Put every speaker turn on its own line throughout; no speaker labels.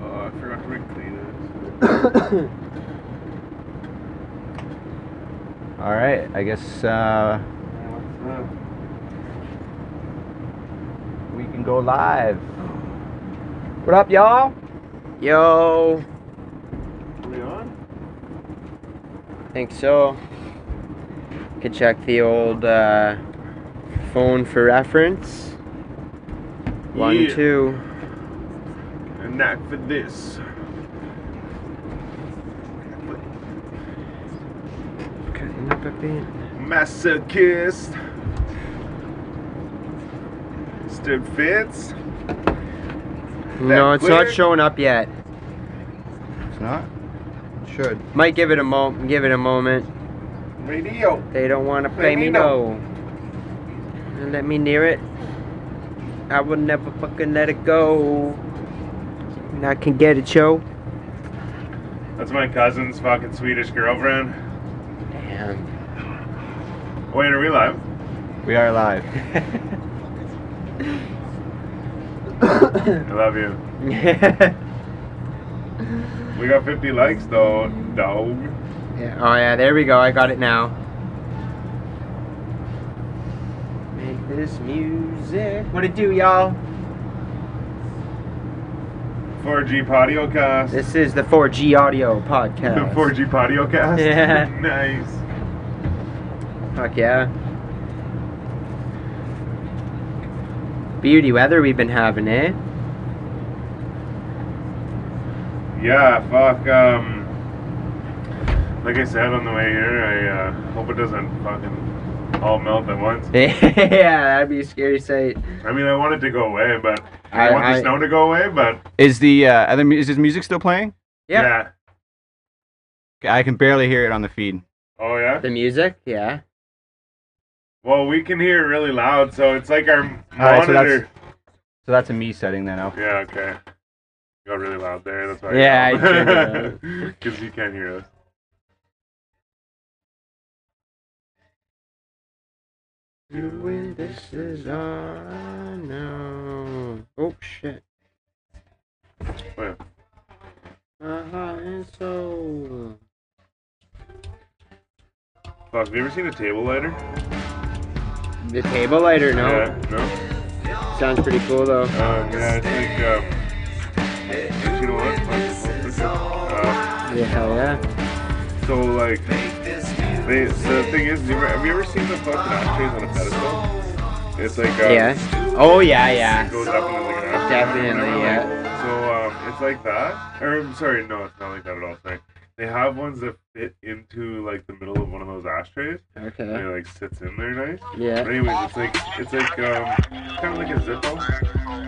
Oh,
All right, I guess uh, we can go live. What up, y'all?
Yo,
Are we on?
think so. Could check the old uh, phone for reference. One,
Yeah.
two.
And that for this.
Cutting up a bit.
Masochist. Stood fits.
No, it's not
clear?
showing up yet.
It's not. Should.
Might give it a mo. Give it a moment.
Radio.
They don't want to play me no.
no.
And Let me near it. I will never fucking let it go. And I can get it, yo.
That's my cousin's fucking Swedish girlfriend. Oh,
Damn.
Wait, are we live?
We are live.
I love you. We got 50 likes though, dog.
Yeah, oh yeah, there we go. I got it now. Make this music. What it do, y'all?
4G Patio Cast.
This is the 4G audio
the
podcast.
4G Patio Cast.
Yeah.
nice.
Fuck yeah. Beauty weather we've been having, eh?
Yeah, fuck. Um, like I said on the way here, I uh, hope it doesn't fucking all melt at once.
yeah, that'd be a scary sight.
I mean, I want it to go away, but
I-
I, want
I-
the snow to go away. But
Is the uh, other mu- is this music still playing?
Yeah.
yeah,
Okay, I can barely hear it on the feed.
oh yeah.
The music, yeah.
Well, we can hear it really loud, so it's like our
right, so that's-
monitor.
So that's a me setting then. Okay.
yeah, okay. Got really loud there. That's why.
Yeah, I checked
because you can't hear us.
This is on now. Oh shit.
Wait.
My heart and soul.
Fuck, have you ever seen a table lighter?
The table lighter, no?
Yeah, no.
Sounds pretty cool though.
Um, yeah, it's like um. You know what? Fuck, fuck, fuck. Uh,
Yeah, hell yeah.
So like, they, the thing is, have you ever- have you ever seen the fucking ashtrays on a pedestal? It's like uh,
Yeah. Oh yeah,
it
yeah.
goes up and then like an ashtray.
Definitely,
whatever,
yeah.
like- so um, it's like that. Or I'm sorry, no, it's not like that at all. Sorry. They have ones that fit into like the middle of one of those ashtrays, and
Okay.
it like sits in there nice. But
Yeah.
anyways, it's like it's like um, kind of like a Zippo,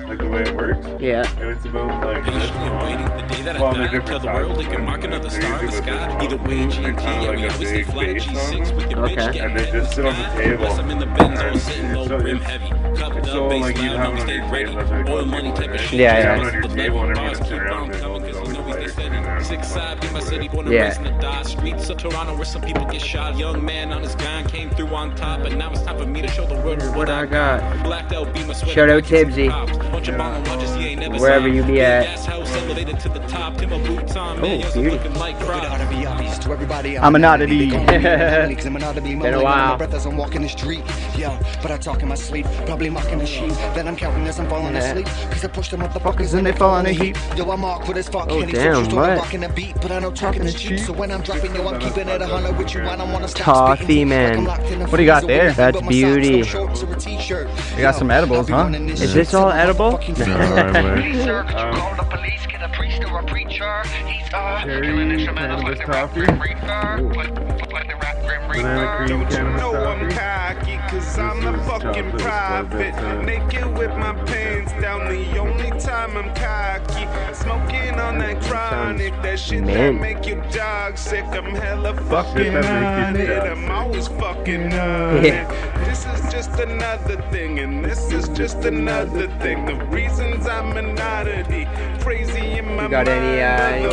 like the way it works,
Yeah.
and it's about like. this long.
Waiting the day that
Well,
I
they're
die, tell
different
the world they
sizes,
can mark
and
another
they're
star in the
usually about
sky.
this
Either
long,
way,
and
G and T,
kinda
yeah,
like
we
a
always
big
fly
base on them.
G6 with your bitch
Okay.
getting
And they
head in
just sit on the
sky.
table.
Plus I'm in the Benz
And
on sitting
it's
low,
so-
rim
it's-
heavy. Cupped
it's
up,
so,
bass
like, you'd
loud,
have
always
it on
stay
your table,
ready.
that's why it's
Oil
called
money
table,
type of
right?
shit.
Yeah,
Yeah,
yeah.
it's on your
The
table and
level
everyone
bars
sits
keep
around
on
and
coming
it's
'cause
always
you know we
like-
can stay there. Six side, be my city, born and
Yeah.
raised in the die streets of Toronto where some people get shot. Young man on his gun came through on top, but now it's time for me to show the world
What I got.
Blacked out beamer sweater
Shout out
pockets and
Tibbsy.
pops. Bunch of bottle watches, he ain't never
Wherever
stopped.
you be
Big
at.
ass house elevated to the top. Timber boots on,
Oh,
man, yours is
beauty.
looking like
It
rock.
ought to be obvious to everybody.
I'm an oddity.
They call me an anomaly 'cause I'm an
Been
oddity.
a
Mumbling under
while.
My breath as I'm walking the street. Yeah, but I talk in my sleep. Probably mocking the sheep. Then I'm counting as I'm falling
Yeah.
asleep. Cause I push the motherfuckers
and they fall in a heap.
Yo, I'm awkward as fuck.
Oh,
Kenny
damn,
Central started
what?
rocking the beat, but I know talking is cheap. So when I'm dropping, yo, I'm keeping it a hundred with you. I don't wanna stop
Toffee,
speaking.
man.
Like I'm locked in a
What do you got
freezer
there?
with
That's
but my socks, no
beauty.
shorts or a t-shirt.
You got some
Yo,
edibles,
I'll be
huh?
running
Is this all edible?
motherfucking
No.
finger.
No, I would.
Please, sir, could you
Um,
call the police? Get a priest or a preacher. He's uh,
Cherry
killing instrumentals
cannabis
like the rap
coffee.
Grim Reaper. Put, put like the rap Grim Reaper.
Banana cream
Don't you
cannabis
know I'm
coffee.
cocky, cause I'm
This
the
is
fucking
chocolate
prophet.
with velvet, uh,
Naked with my
velvet.
pants down, the only time I'm cocky. Smoking on that chronic, that shit that
mint.
make your dog sick. I'm hella
Fuck shit
fucking
that
on
make you
it.
dog
I'm
sick.
always fucking on
Yeah.
it. This is just another thing, and this is just another thing. The reasons I'm an oddity, crazy in my
You got any, uh,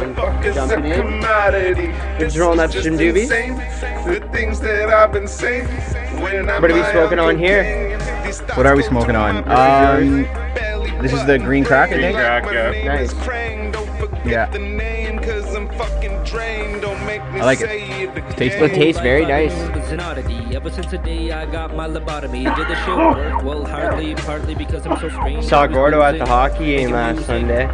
anyone
motherfuckers are
jumping in?
commodity. This
rolling
is
up some
just
doobies?
insane. The things that I've been saying. When I'm
What are we
high
smoking
on
on here?
cocaine, these thoughts
What are we
go
smoking
to
on?
my
Um,
belly
this is the
button.
green crack, I
think?
Like
Green
my
crack, yeah.
name
Nice.
is Krang, don't forget
Yeah.
the name, 'cause I'm fucking I
like it.
Tastes
It tastes very
Life on the
nice.
moon is an oddity. Ever since the day I got my lobotomy, did the shit work? Well, hardly, partly because I'm so strange.
Saw Gordo at the hockey game last Sunday.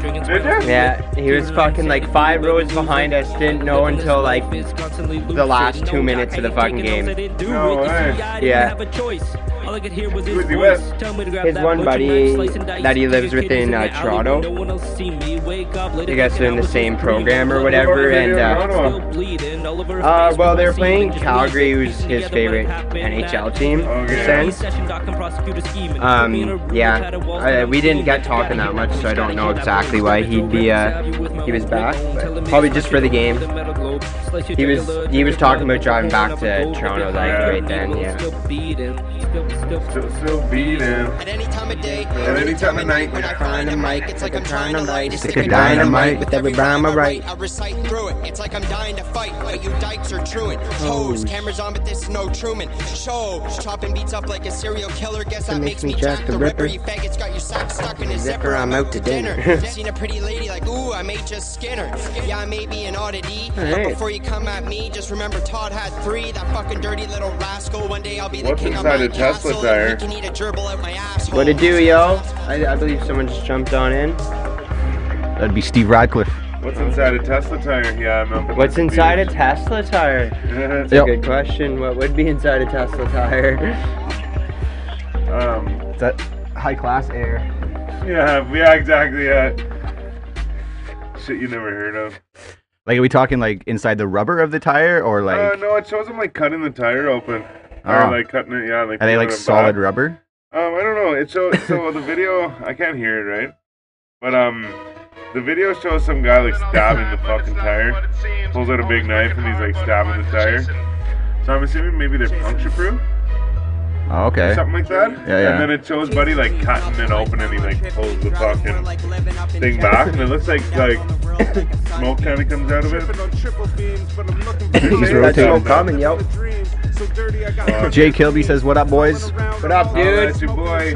Yeah, he was fucking like five rows behind us. Didn't know until like
the
last two minutes of the fucking game.
No way.
Yeah.
Who's he with?
His
His one buddy that he lives with in, uh, Toronto.
You
You guys are in the same program or whatever,
What were they
and
doing in
uh,
Toronto?
uh, well, they're playing Calgary, who's his favorite NHL team.
Okay.
Since
Um, yeah, I, we didn't get talking that much, so I don't know exactly why he'd be, uh, he was back, but probably just for the game. He was, he was talking about driving back to Toronto, like,
Yeah.
right then, yeah.
Still, still beating.
At any time of day,
At any time of night,
when I find a mic, it's like I'm trying to light. It's
like a dynamite
with every rhyme I write. I recite through it. It's like I'm dying to fight, but you dykes are truant. Hose, cameras on, but this is no Truman. Show, chopping beats up like a serial killer. Guess that makes me Jack the Ripper. You faggots got your socks stuck in a zipper. I'm out to dinner. Seen a pretty lady like, ooh, I may just Skinner. Yeah, I may be an oddity, but
Alright.
before you come at me, just remember Todd had three. That fucking dirty little rascal. One day I'll be the
What's
king of
inside
my
a Tesla
castle, and
tire?
we can eat a gerbil out my asshole.
what it do, yo? I, I believe someone just jumped on in.
That'd be Steve Radcliffe.
What's inside a Tesla tire? Yeah, I'm up. at
What's
the
inside a
beach.
Tesla tire? That's
Yep.
a good question. What would be inside a Tesla tire?
um,
That high class air.
yeah, yeah, exactly. Yeah. Shit you never heard of.
Like, are we talking like inside the rubber of the tire, or like
uh, no, it shows them like cutting the tire open.
Ah.
Or like cutting it, yeah. Like
are they
pulling
like
it
solid
back.
rubber?
Um, I don't know. It shows so the video. I can't hear it, right? But um, the video shows some guy like stabbing the fucking tire. Pulls out a big knife and he's like stabbing the tire. So I'm assuming maybe they're puncture proof,
Oh, okay.
something like that.
Yeah, yeah.
And then it shows Buddy like cutting it open and he like pulls the fucking thing back and it looks like like smoke kind of comes out of it.
He's
That's
rotating.
all coming,
yo.
Jay Kilby says, "What up, boys?"
What up, dude?
Oh, That's your boy.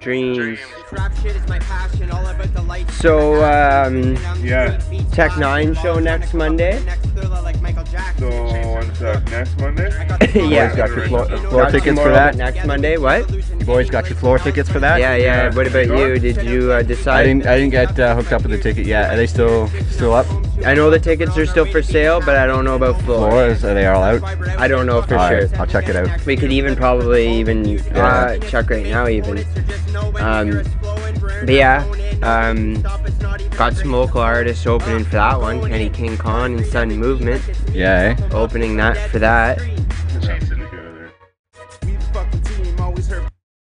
Dreams.
Rap shit is my passion, all about the lights.
So, um,
Yeah.
Tech Nine show next Monday?
So on to next Monday.
yeah.
Boys got your floor, floor
Got
tickets for
tomorrow,
that.
but Next Monday, what?
You boys got your floor tickets for that?
Yeah, yeah. What about you? Did you uh, decide?
I didn't. I didn't get uh, hooked up with the ticket yet. Are they still still up?
I know the tickets are still for sale, but I don't know about floor.
Floors? Are they all out?
I don't know for
All
sure.
right, I'll check it out.
We could even probably even uh, check right now even. Um, but yeah, um, got some local artists opening for that one. Kenny King Khan and Sun Movement
Yeah. Eh?
opening that for that.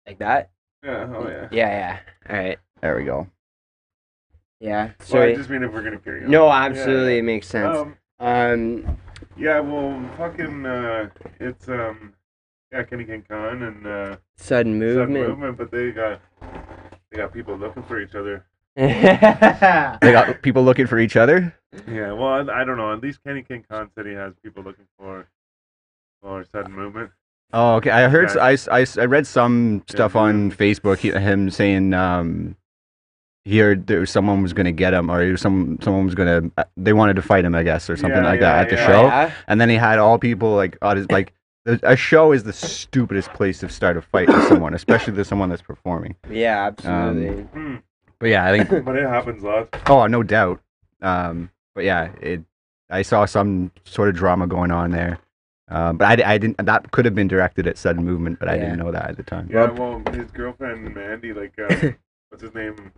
Like that?
Yeah, oh yeah.
Yeah, yeah. All right.
There we go.
Yeah. So
Well, I
it-
just mean if we're gonna carry on.
no, absolutely, it makes
Yeah.
sense.
Um,
Um,
yeah, well, fucking, uh, it's um, yeah, Kenny King Khan and uh,
sudden
Sudden
movement.
movement, but they got they got people looking for each other.
Oh,
They got people looking for each other.
Yeah, well, I, I don't know. At least Kenny King Khan said he has people looking for for sudden movement.
Oh, okay. I heard.
Yeah.
I, s- I s- I read some stuff on Facebook. He, him saying um, he heard there was someone was going to get him, or he was some someone was going to. They wanted to fight him, I guess, or something
Yeah,
like
yeah,
that at the
yeah.
show.
Yeah.
And then he had all people like on his like. the- A show is the stupidest place to start a fight with someone, especially with someone that's performing.
Yeah, absolutely.
Um,
Hmm.
But yeah, I think.
But it happens lots.
Oh, no doubt. Um, but yeah, it. I saw some sort of drama going on there. Uh, but I, di- I didn't. That could have been directed at sudden movement, but I
Yeah.
didn't know that at the time.
Yeah, well, his girlfriend Mandy, like, uh, what's his name,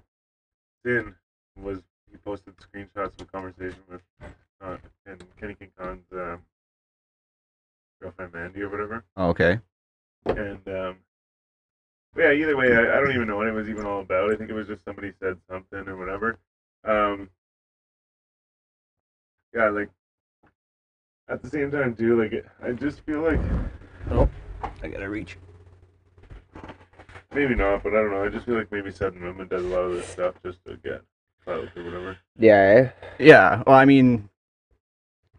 Sin, was he posted screenshots of a conversation with uh, and Kenny King Khan's um, girlfriend Mandy or whatever,
Oh, okay.
and um, but yeah, either way, I, I don't even know what it was even all about. I think it was just somebody said something or whatever. Um, yeah, like at the same time too, like I just feel like
I gotta reach.
Maybe not, but I don't know. I just feel like maybe Sudden Movement does a lot of this stuff just to get clout or whatever.
Yeah. eh?
Yeah. Well, I mean,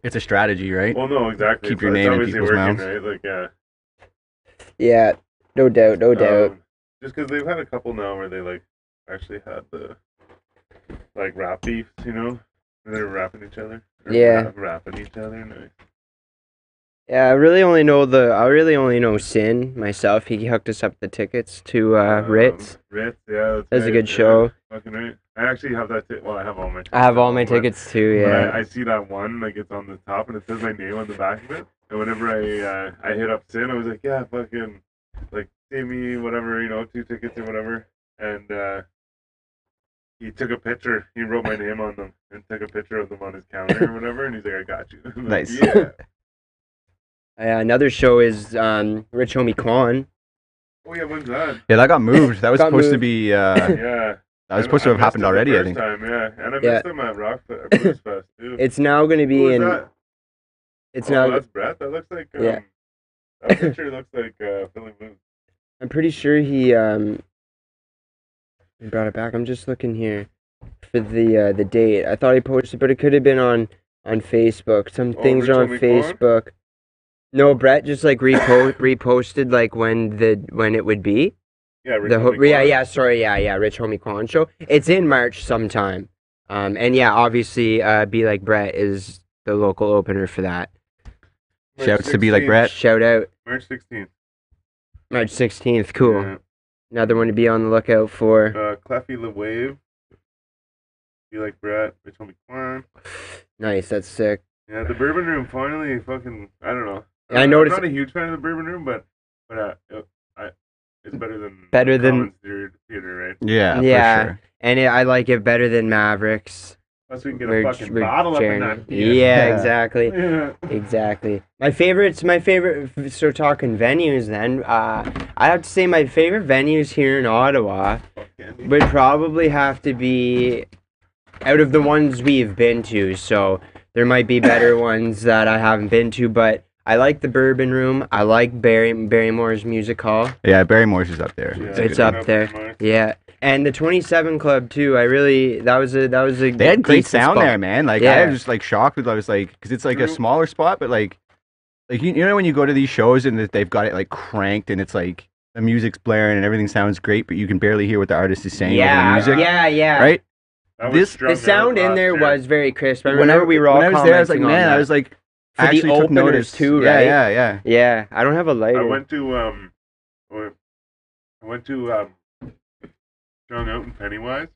it's a strategy, right?
Well, no, exactly.
Keep
So
your
it's
name in
obviously
people's
working,
mouths.
right? Like, yeah.
Yeah. No doubt. No doubt.
Um, just because they've had a couple now where they like actually had the like rap beefs, you know? Where they're rapping each other. Or
Yeah.
rap- rapping each other. Nice.
Yeah, I really only know the. I really only know Sin myself. He hooked us up the tickets to uh,
Um,
Ritz.
Ritz, yeah. That's,
That's a
right,
good
yeah,
show.
Fucking right. I actually have that. T- well, I have all my.
I have all my
tickets. on, but-
tickets too.
But
Yeah.
I, I see that one like it's on the top and it says my name on the back of it. And whenever I uh, I hit up Sin, I was like, yeah, fucking, like save me whatever you know, two tickets or whatever. And uh, he took a picture. He wrote my name on them and took a picture of them on his counter or whatever. And he's like, I got you. I'm like,
Nice.
Yeah.
Uh, another show is um, Rich Homie Quan.
Oh yeah, when's that?
Yeah, that got moved. That was
Got
supposed to
moved.
be. Uh, that
Yeah.
was supposed to have happened already. I think.
Time, yeah. And I
Yeah.
missed him at Rock Fe- Blues Fest too.
It's now going to be
Who was
in.
that?
It's
oh,
now.
that's Brett. That looks like. Um,
Yeah.
That picture looks like uh, Philly Moon.
I'm pretty sure he um. He brought it back. I'm just looking here for the uh, the date. I thought he posted, but it could have been on on Facebook. Some
Oh,
things
Rich
are on
Homie Quan?
Facebook. No, Brett just like repo- reposted like when the when it would be.
Yeah, Rich
the ho-
Homie
yeah
Quan.
yeah sorry yeah yeah rich homie Quan show it's in march sometime um and yeah obviously uh be like brett is the local opener for that
March
Shouts to Be Like
16th.
Brett.
shout out
March 16th.
march 16th cool
Yeah.
another one to be on the lookout for
Uh, Cleffy the Wave. Be like Brett. Bitch will be fun.
nice that's sick
Yeah, the Bourbon Room finally fucking. I don't know.
Yeah, I noticed-
I'm not a huge fan of the Bourbon Room, but but uh, it, I, it's better than
Better than-
Commons Theater, theater, right?
Yeah.
Yeah.
For sure.
and it, i like it better than mavericks
Plus we can get
We're-
a fucking
we're
bottle up in
sharing-
that.
yeah,
beer.
Yeah.
exactly
Yeah.
exactly my favorites my favorite so talking venues then uh i have to say my favorite venues here in ottawa
Fucking-
would probably have to be out of the ones we've been to. So there might be better ones that I haven't been to, but I like the Bourbon Room. I like Barry Barrymore's Music Hall.
Yeah. Barrymore's is up there.
Yeah.
It's a
It's
good-
up
Up
there.
there, Mark.
Yeah, and the Twenty Seven Club too. I really that was a that was a
They had great sound
spot.
there, man. Like I
Yeah.
was just like shocked with I was like, because it's like a
True.
smaller spot, but like, like you, you know when you go to these shows and that they've got it like cranked and it's like the music's blaring and everything sounds great, but you can barely hear what the artist is saying
Yeah,
over the music,
yeah, yeah.
right?
That
This-
was
the
strung
The
out
sound in
last
there
year.
was very crisp. I
When I-
remember we were all
when I was there, I was like,
commenting on
man, I
that.
was like,
For the
actually took
openers
notice
too,
Yeah,
right?
yeah, yeah.
yeah. I don't have a lighter.
I went to um, or- I went to um, strung out in Pennywise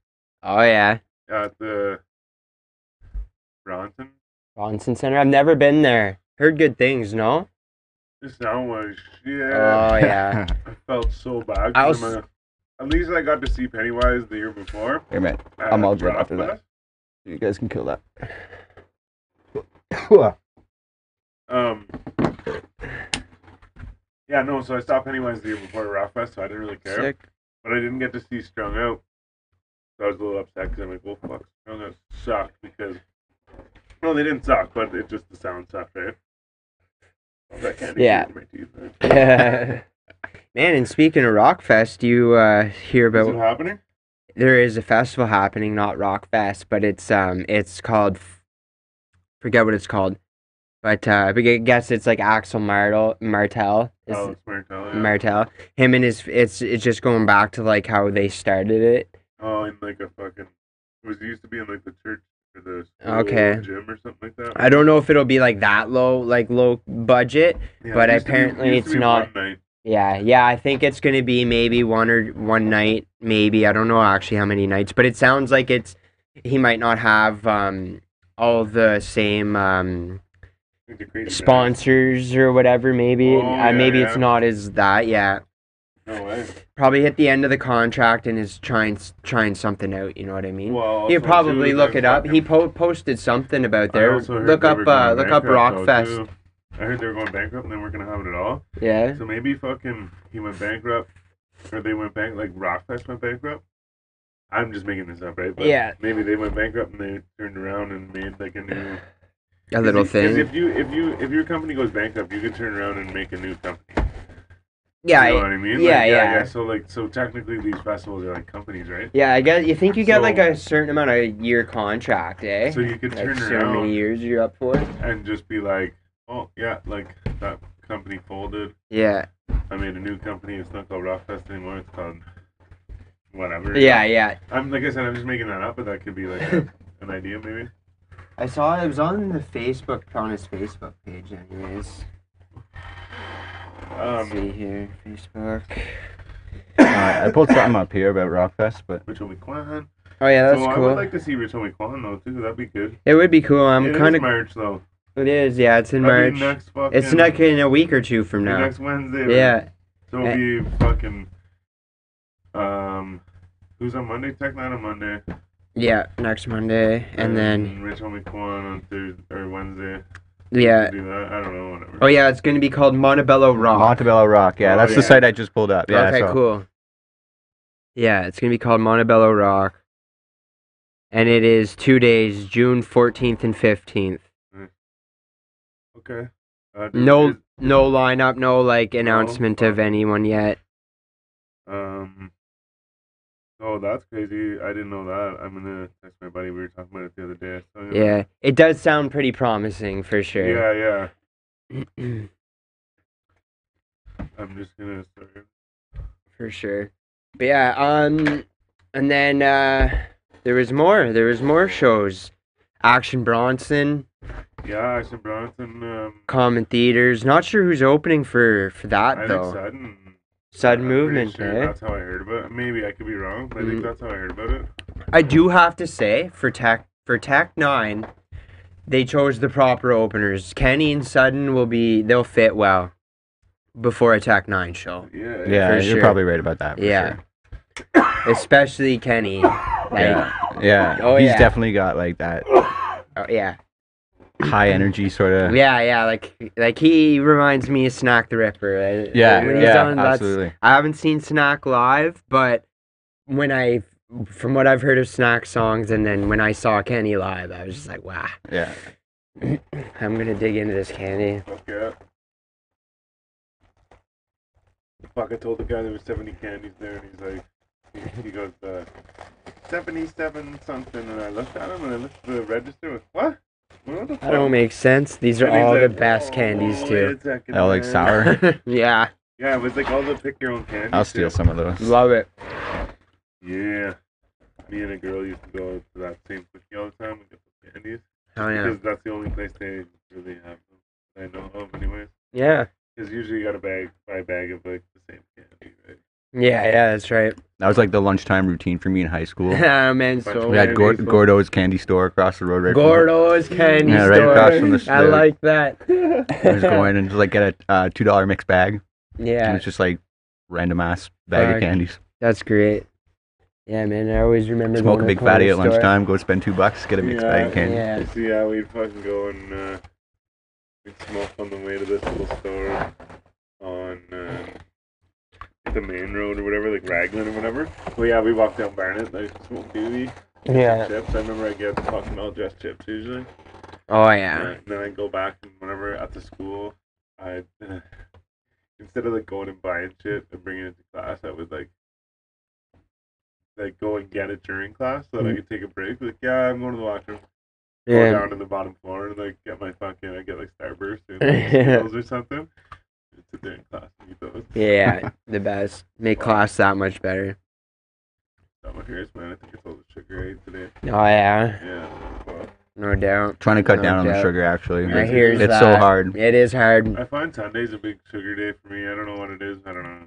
oh yeah,
at the Bronson.
Bronson Center. I've never been there. Heard good things. No.
The sound was shit.
Oh yeah.
I felt so bad.
I
'cause
was-
I'm a- at least I got to see Pennywise the year before.
Here, man,
at
I'm all good
Rock
after that.
Fest.
you guys can kill that.
Um, yeah, no. So I saw Pennywise the year before Rock Fest, so I didn't really care.
Sick.
But I didn't get to see Strung Out. So I was a little upset because I'm like, well, fuck, Strung Out sucked because. No, they didn't suck, but it just the sound sucked, right? I was like, I can't even
Yeah.
hear my teeth, man.
Man, and speaking of Rockfest, you uh, hear
Is it
about
happening?
there is a festival happening, not Rockfest, but it's um it's called forget what it's called, but uh, but I guess it's like Axel Martel Martel is
oh, it's Martell. Yeah.
Martel him and his it's it's just going back to like how they started it.
oh, in like a fucking. It was it used to be in like the church or the school
Okay.
gym or something like that.
I don't know if it'll be like that low like low budget.
Yeah,
but
it used to be- it
apparently
used to
it's
be
not.
one night.
Yeah, yeah, I think it's gonna be maybe one or one night, maybe. I don't know actually how many nights, but it sounds like it's he might not have um all the same um
It's a crazy night.
sponsors or whatever maybe.
Oh,
uh,
yeah,
maybe it's
yeah.
not as that, yeah.
No way.
Probably hit the end of the contract and is trying trying something out, you know what I mean?
Well,
He'll
also,
probably
too,
look
that
it up. He
fucking-
po- posted something about
I
there.
also heard
Look
they
up
were
uh
going
look up
bankrupt, though,
Rockfest.
too. I heard they were going bankrupt and they weren't gonna have it at all.
Yeah.
So maybe fucking he went bankrupt, or they went bank like Rockfest went bankrupt. I'm just making this up, right?
Yeah.
Maybe they went bankrupt and they turned around and made like a new
A little
Because
thing.
if you if you if your company goes bankrupt, you can turn around and make a new company.
Yeah.
you know
I-
what I mean?
yeah,
Like,
yeah.
So like, so technically, these festivals are like companies, right?
Yeah, I guess you think you get like
So-
a certain amount of year contract, eh?
So you could
like
turn
so
around
many years you're up for.
and just be like, oh yeah, like that company folded.
Yeah,
I made a new company. It's not called Rockfest anymore. It's called whatever.
Yeah, yeah.
I'm like I said, I'm just making that up, but that could be like a, an idea maybe.
I saw it was on the Facebook on his Facebook page, anyways.
Um,
Let's see here, Facebook.
Uh, I pulled something up here about Rockfest, but
Rachel McQuan.
Oh yeah, that's
so I
cool.
would like to see Rachel McQuan though too. That'd be good.
it would be cool.
It
I'm
is
kind of.
March though.
It is. Yeah, it's in
That'd
March.
Be next fucking,
it's like in a week or two from
be
now.
next Wednesday. right?
Yeah. eh.
So it'll be fucking. Um, who's on Monday? Tech Night on Monday.
Yeah, next Monday, and then
Rachel McQuan on Thursday or Wednesday.
yeah.
Do that. I don't know. Whatever.
Eh. Oh yeah, it's gonna be called Montebello Rock.
Montebello Rock. Yeah,
Oh,
that's the
yeah.
site I just pulled up. Yeah,
okay,
so-
cool. Yeah, it's gonna be called Montebello Rock, and it is two days, June fourteenth and fifteenth.
Okay. Uh, do
No,
it,
no lineup, no like announcement of
fuck.
anyone yet.
Um. Oh, that's crazy. I didn't know that. I'm gonna text my buddy. We were talking about it the other day. So,
Yeah, it does sound pretty promising for sure. Mm.
Yeah, yeah. I'm just gonna start.
for sure. But yeah, um, and then uh, there was more. There was more shows. Action Bronson,
Yeah, Action Bronson. Um,
Common Theaters. Not sure who's opening for for that
I think
though.
sudden.
Sudden
I'm pretty
movement,
sure
eh?
That's how I heard about it. Maybe I could be wrong, but I
Mm.
think that's how I heard about it.
I do have to say for Tech for Tech Nine, they chose the proper openers. Kenny and Sutton will be they'll fit well before a Tech Nine show.
Yeah.
Yeah,
For
you're
sure.
probably right about that. for
Yeah,
sure.
especially Kenny. Like,
Yeah. Yeah.
Oh,
He's
yeah.
definitely got like that
oh, yeah,
high energy sort of.
yeah, yeah. Like like he reminds me of Snack the Ripper. I-
Yeah.
when he's
yeah,
on, that's-
absolutely.
I haven't seen Snack live, but when I from what I've heard of Snack songs, and then when I saw Kenny live, I was just like, wow,
Yeah.
I'm gonna dig into this Kenny.
Fuck yeah. Fuck, I told the guy there was 70 candies there, and he's like, he, he goes, uh, 77 something, and I looked at him, and I looked at the register, and was, what? What the fuck?
That don't make sense. These are
And he's
all the
like,
best
"Oh,
candies
wait
too.
a second,
Oh, like
man."
sour.
yeah,
Yeah, it was like all the pick your own candies.
I'll steal
too.
some of those.
love it.
Yeah. Me and a girl used to go to that same cookie all the time and get the candies.
Oh yeah,
Because that's the only place they really have them. that I know of, anyways.
yeah,
Because usually you got a bag, buy a bag of like the same candy, right?
yeah, yeah. That's right.
That was like the lunchtime routine for me in high school.
Ah, man, so
We had
Yeah,
Gor-
baseball.
Gordo's candy store across the road right from-
Gordo's candy
Yeah, right
store.
across from the
I
street.
like that.
I was going and just like get a uh, two dollar mixed bag. And
Yeah,
it's just like random ass bag
Fuck.
of candies.
that's great. Yeah, man. I always remember
Smoke a
going to
big
the
fatty
corner
at
store.
lunchtime. Go spend two bucks, get a mixed bag of
Yeah.
candy.
Yeah,
So yeah, we'd fucking go and uh, we'd smoke on the way to this little store on uh, the main road or whatever, like Raglan or whatever. Well, yeah, we walked down Barnett, like smoked doobie,
yeah.
chips. I remember I get fucking all dressed chips usually.
Oh yeah.
And then I go back and whenever at the school, I instead of like going and buying shit and bringing it to class, I would like like go and get it during class so that I could take a break. Like, yeah, I'm going to the washroom. Go
Yeah.
down to the bottom floor and like get my fucking I get like Starburst and like, Skittles or something. And sit there in class and eat those.
Yeah, the best. Make class that much better.
Got my hairs, man. I think it's all the sugar I ate today.
Oh yeah,
Yeah. Well,
no doubt.
Trying to cut
No
down on the
doubt.
sugar actually.
I hear
it's
that.
so hard.
It is hard.
I find Sunday's a big sugar day for me. I don't know what it is. I don't know.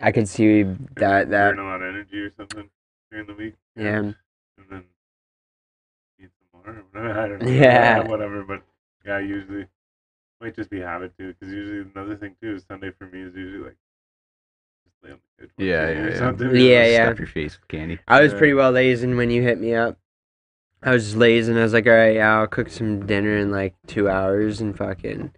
I can see that.
Burn
That.
a lot of energy or something during the week.
Yeah.
and then eat some more. or whatever, I don't know.
Yeah.
Whatever, but yeah, usually might just be habit too, because usually another thing too is Sunday for me is usually like just lay on the couch. watch TV
Yeah, yeah,
or
yeah.
something.
Yeah, yeah.
Stuff your face with candy.
I was
Yeah.
pretty well lazing when you hit me up. I was just lazing. I was like, all right, yeah, I'll cook some dinner in like two hours and fucking.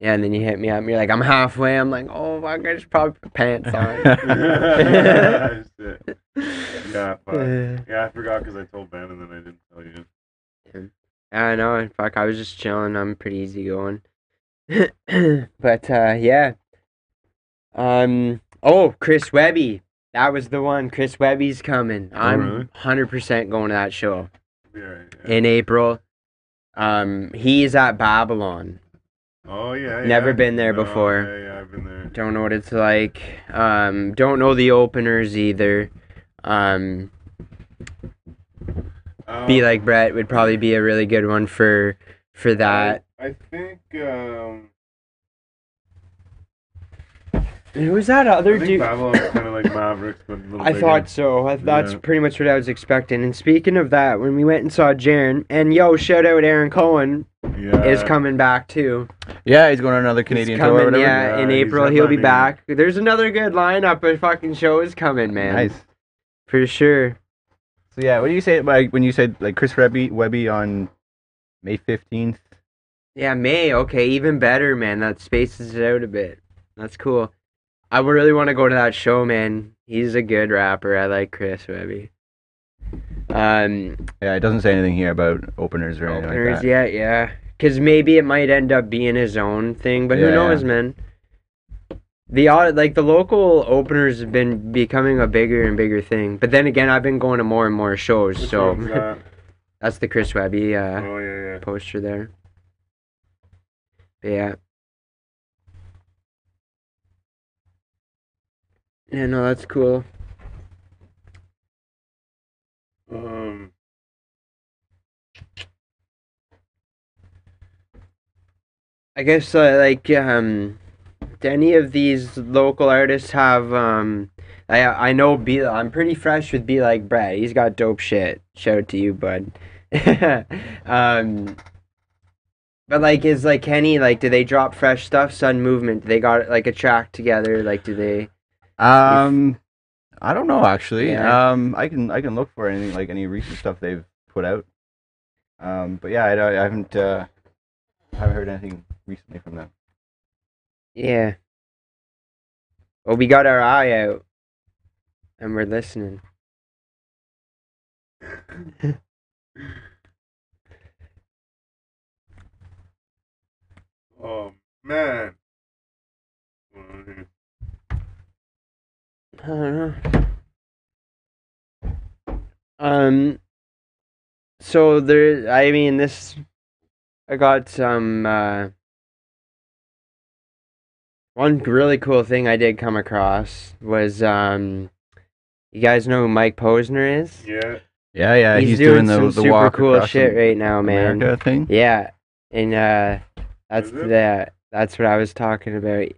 Yeah, and then you hit me up and you're like, I'm halfway. I'm like, oh my god, I should probably put pants on.
Shit. yeah, fuck.
Uh,
Yeah, I forgot because I told Ben and then I didn't tell you.
I know, fuck, I was just chilling. I'm pretty easy going. but uh, yeah. Um. Oh, Chris Webby. That was the one. Chris Webby's coming.
really?
I'm 100% going to that show.
It'll Be all right, yeah.
in April. Um, he is at Babylon.
oh yeah,
Never
yeah.
been there
No,
before.
Yeah, yeah, I've been there.
Don't know what it's like. Um, don't know the openers either. Um,
Um,
Be like Brett would probably be a really good one for for that.
Um, I think um,
And who's that
I
other
think
dude?
Pablo is kind of like Mavericks, but a little
I
bigger.
thought so. I, that's
Yeah.
pretty much what I was expecting. And speaking of that, when we went and saw Jaren, and yo, shout out Aaron Cohen
yeah.
is coming back too.
Yeah, he's going on another
He's
Canadian tour. or
coming,
whatever.
yeah, in
Yeah, he's
April he'll be
headlining.
back. There's another good lineup of fucking shows coming, man.
Nice.
For sure.
So yeah, what do you say? Like when you said like Chris Webby, Webby on May fifteenth.
Yeah, May. Okay, even better, man. That spaces it out a bit. That's cool. I would really want to go to that show, man. He's a good rapper. I like Chris Webby. Um,
Yeah, it doesn't say anything here about openers or anything
openers,
like that.
yeah, yeah. Because maybe it might end up being his own thing, but who
Yeah,
knows,
yeah.
man. The odd, like the local openers have been becoming a bigger and bigger thing. But then again, I've been going to more and more shows,
Which one's
so
that?
that's the Chris Webby. Uh,
Oh yeah, yeah.
poster there. But yeah. Yeah, no, that's cool.
Um,
I guess uh, like um, do any of these local artists have um, I I know be I'm pretty fresh with be like Brett. He's got dope shit. Shout out to you, bud. um, but like, is like Kenny like? Do they drop fresh stuff? Sun Movement. Do they got like a track together? Like, do they?
Um, I don't know actually.
Yeah.
Um, I can I can look for anything like any recent stuff they've put out. Um, but yeah, I, don't- I haven't uh, I haven't heard anything recently from them.
Yeah. Well, we got our eye out, and we're listening.
oh man. Um,
I don't know. Um. So there, I mean, this. I got some. Uh, one really cool thing I did come across was um. You guys know who Mike Posner is?
Yeah.
Yeah, yeah, he's, doing, the the
some super
walk
cool
across
shit right now, man.
America thing.
Yeah, and uh, that's
Is it?
that. That's what I was talking about.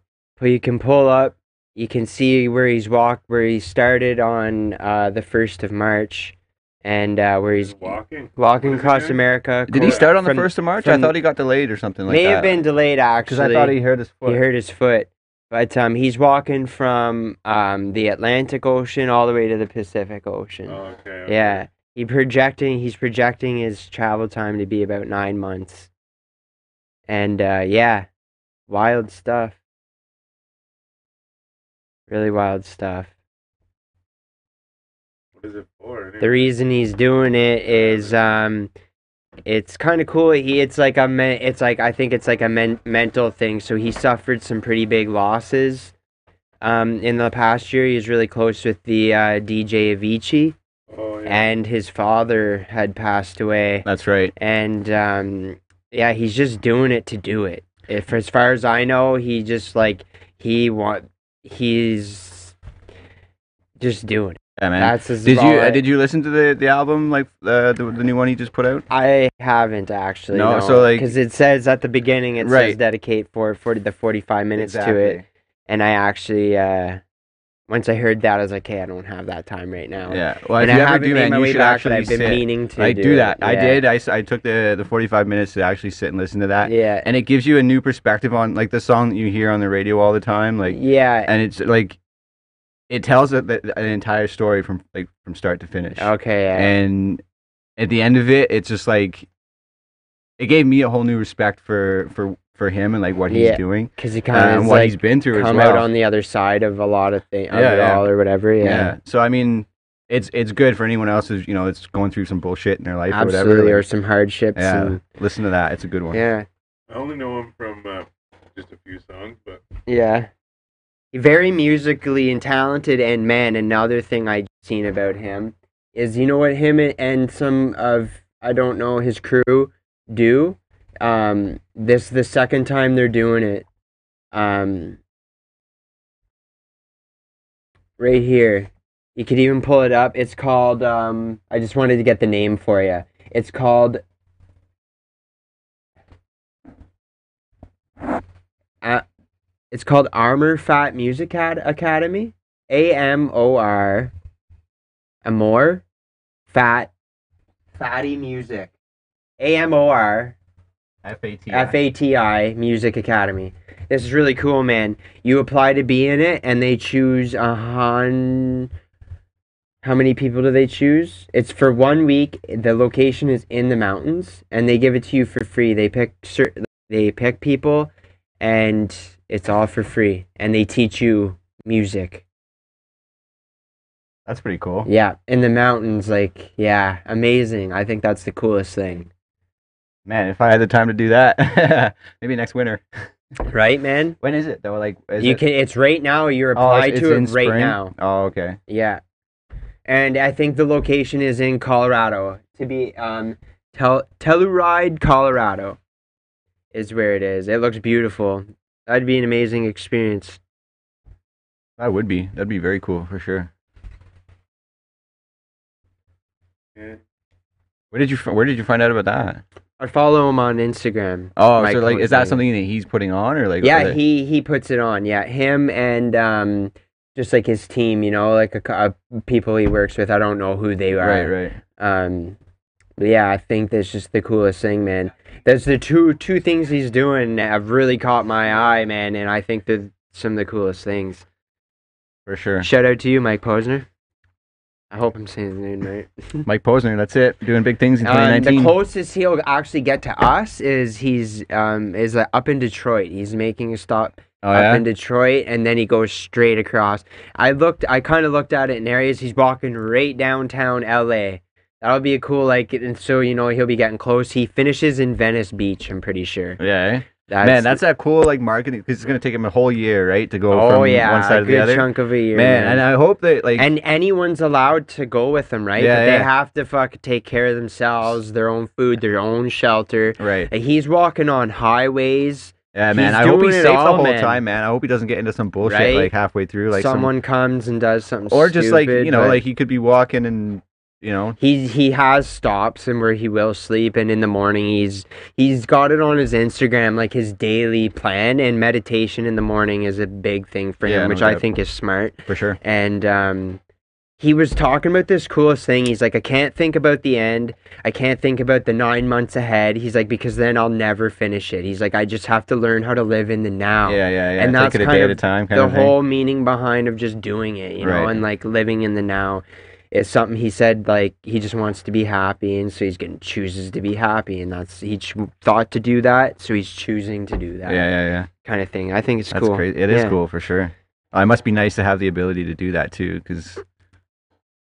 But you can pull up. You can see where he's walked, where he started on uh, the first of March, and uh, where he's
He's walking.
walking
What is he
across
doing?
America.
Did he
cor-
start on
from-
the first of March? I
from-
thought he got delayed or something like
may
that.
have been delayed
because
actually.
I thought he hurt his foot.
He hurt his foot. But um, he's walking from um, the Atlantic Ocean all the way to the Pacific Ocean.
Oh, okay. okay.
Yeah, he projecting. He's projecting his travel time to be about nine months. And uh, yeah, wild stuff. Really wild stuff.
What is it for? anyway?
The reason he's doing it is um, it's kind of cool. He it's like a men, it's like I think it's like a men- mental thing. So he suffered some pretty big losses. Um, in the past year, he was really close with the uh, DJ Avicii,
Oh yeah.
and his father had passed away.
That's right.
and um, yeah, he's just doing it to do it. If as far as I know, he just like he want he's just doing it.
Yeah, man.
That's as
did you
about
uh,
it.
did you listen to the, the album like uh, the the new one he just put out?
I haven't actually.
No, so, like-
because it says at the beginning, it says
Right.
dedicate for forty the forty five minutes to it, and I actually uh, once I heard that, I was like, okay, I don't have that time right now.
Yeah. Well,
and
if you
I
ever
haven't
do,
made
man,
my
you
way
should
back, but
actually
I've been
sit.
meaning to.
I do,
it.
that. I
Yeah.
did. I, s- I took the, the 45 minutes to actually sit and listen to that.
Yeah.
And it gives you a new perspective on like the song that you hear on the radio all the time. Like,
yeah.
and it's like, it tells a, the, an entire story from like from start to finish.
Okay. Yeah.
And at the end of it, it's just like, it gave me a whole new respect for for for him and like what he's
Yeah.
doing
Because he
uh,
kind of
and what he's been through.
come
as well.
out on the other side of a lot of things,
Yeah, yeah.
all or whatever. Yeah,
yeah. So I mean, it's it's good for anyone else who's you know it's going through some bullshit in their life
absolutely,
or whatever.
or
like,
some hardships.
yeah,
and,
listen to that. It's a good one.
yeah,
I only know him from uh, just a few songs, but
yeah. Very musically and talented, and man, another thing I've seen about him is you know what him and, and some of I don't know his crew do. Um, this the second time they're doing it. Um, right here. You could even pull it up. It's called. Um, I just wanted to get the name for you. It's called. Uh, it's called Armor Fat Music Ad- Academy. A M O R. Amor, fat, fatty music. A M O R.
FAT.
FATI Music Academy. This is really cool, man. You apply to be in it, and they choose a hun. How many people do they choose? It's for one week. The location is in the mountains, and they give it to you for free. They pick cer- they pick people, and it's all for free. And they teach you music.
That's pretty cool.
Yeah, in the mountains, like yeah, amazing. I think that's the coolest thing.
Man, if I had the time to do that, maybe next winter.
Right, man.
When is it though? Like is
you
it-
can. It's right now. You're
Oh,
applied
it's-
to it
it's in
right
spring?
now.
Oh, okay.
Yeah, and I think the location is in Colorado. To be um, Tel- Telluride, Colorado, is where it is. It looks beautiful. That'd be an amazing experience.
That would be. That'd be very cool for sure.
Yeah.
Where did you fi- Where did you find out about that?
I follow him on Instagram.
Oh,
Mike
so like, is that
Conte.
something that he's putting on, or like?
yeah
are they-
he he puts it on yeah him and um just like his team you know like a, cou- uh, people he works with i don't know who they are
Right, right.
um but yeah i think that's just the coolest thing man there's the two two things he's doing that have really caught my eye man and i think that some of the coolest things
For sure.
shout out to you mike posner i hope i'm saying his name right
Mike Posner, that's it. Doing big things in
Um, the
2019.
closest he'll actually get to us is he's um is uh, up in detroit he's making a stop
oh
up
yeah.
in Detroit, and then he goes straight across. I looked, I kind of looked at it in areas. He's walking right downtown LA. That'll be a cool like, and so you know he'll be getting close. He finishes in Venice Beach, I'm pretty sure.
yeah. eh?
That's,
man, that's that cool like marketing because it's gonna take him a whole year, right, to go
oh
from
yeah,
one side
a
to
good
the other.
chunk of a year,
man,
man.
and
And,
I hope that like
anyone's allowed to go with him, right?
Yeah,
but they
yeah.
have to fuck take care of themselves, their own food, their own shelter.
right.
Like, He's walking on highways.
Yeah, man.
he's
I hope
doing
he's
it
safe the
all,
whole
man.
time, man. I hope he doesn't get into some bullshit
Right?
like halfway through, like some-
Someone comes and does something,
or just like
stupid,
you know,
but-
like he could be walking and you know,
He he has stops and where he will sleep, and in the morning he's he's got it on his Instagram like his daily plan and meditation in the morning is a big thing for him,
Yeah, no
which I
doubt.
think is smart.
for sure.
And um, he was talking about this coolest thing. He's like, I can't think about the end. I can't think about the nine months ahead. He's like, because then I'll never finish it. He's like, I just have to learn how to live in the now.
Yeah, yeah, yeah.
And
Take
that's
it a
kind
day at
of
a time, kind
the
of thing.
whole meaning behind of just doing it, you know,
Right.
and like living in the now is something he said like he just wants to be happy and so he's gonna chooses to be happy and that's he ch- thought to do that so he's choosing to do
yeah,
that
yeah, yeah.
kind of thing i think it's
That's
cool
crazy. It is
Yeah.
cool for sure. Uh, it must be nice to have the ability to do that too, because you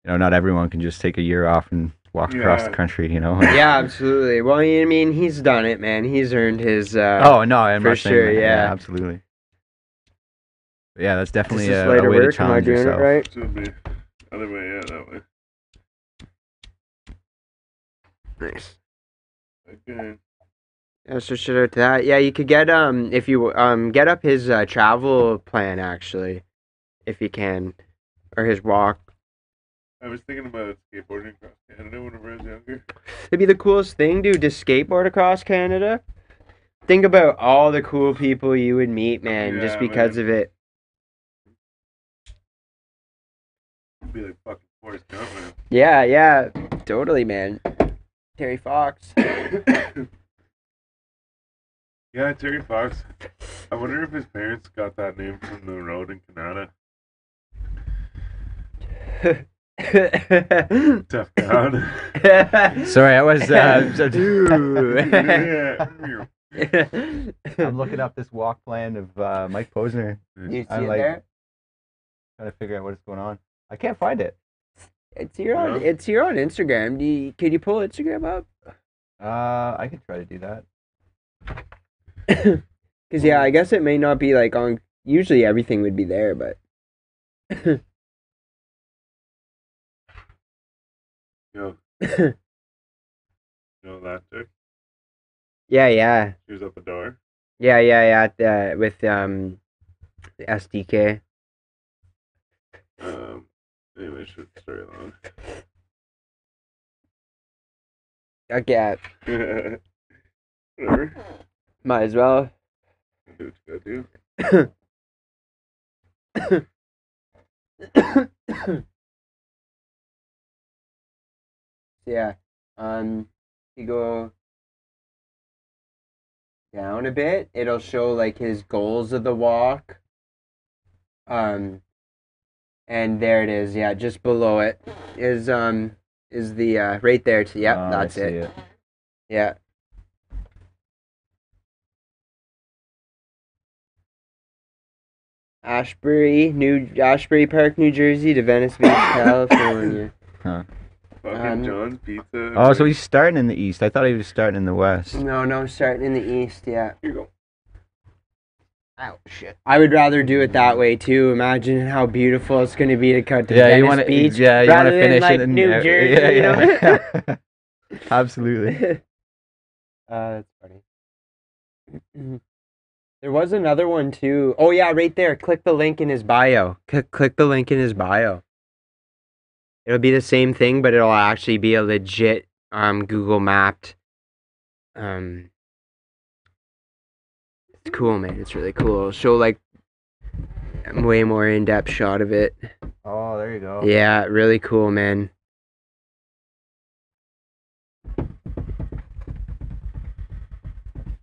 know, not everyone can just take a year off and walk across the
Yeah.
country. You know.
yeah absolutely well i mean he's done it man he's earned his uh
Oh no, I'm
For
not saying
sure,
that.
yeah.
absolutely. But yeah, that's
does
definitely
this
a,
way
a
to
way to
work? Am I
challenge
doing
yourself.
it right?
Should be. Other way, yeah, that way.
Nice.
Okay.
Yeah, so shout out to that. Yeah, you could get um if you um get up his uh, travel plan actually, if you can, or his walk
I was thinking about skateboarding across Canada whenever I was younger.
It'd be the coolest thing, dude, to skateboard across Canada. Think about all the cool people you would meet, man, just
Yeah,
because
man.
of it.
It'd be like fucking Forrest Gump, man.
Yeah, yeah, totally, man. Terry Fox.
Yeah, Terry Fox. I wonder if his parents got that name from the road in Canada. Tough town.
Sorry, I was. Uh,
yeah.
I'm looking up this walk plan of uh, Mike Posner,
You see
I'm
it
like-
there?
trying to figure out what's going on. I can't find it.
It's here on
Yeah.
it's here on Instagram. Do you, can you pull Instagram up?
Uh, I could try to do that.
Cause yeah, I guess it may not be like on. Usually everything would be there, but
Yo. You know that chick?
yeah, yeah,
She was at the door.
yeah, yeah, yeah. at the- with um, SDK.
Uh, Anyway, short storyline.
I get.
Whatever.
Might as well.
Do what you gotta do.
yeah. Um, you go down a bit. It'll show like his goals of the walk. Um, and there it is. Yeah, just below it is um is the uh, right there. T- yep,
Oh, I
that's
see
it. Yeah. Ashbury, New Ashbury Park, New Jersey to Venice Beach, California.
Fucking
Um,
John's Pizza.
Oh, so he's starting in the east. I thought he was starting in the west.
No, no, starting in the east, yeah.
Here you go.
Ow, shit. I would rather do it that way too. Imagine how beautiful it's gonna be to cut to
yeah,
Venice
you want to.
Beach.
Yeah, you want
rather
to
than,
finish
like,
it in
New
yeah,
Jersey. you know?
Yeah, yeah. Absolutely.
Uh, that's funny. there was another one too. Oh yeah, right there. Click the link in his bio. Click, click the link in his bio. It'll be the same thing, but it'll actually be a legit um Google mapped. Um, it's cool, man. It's really cool. It'll show like a way more in depth shot of it.
Oh, there you go.
Yeah, really cool, man.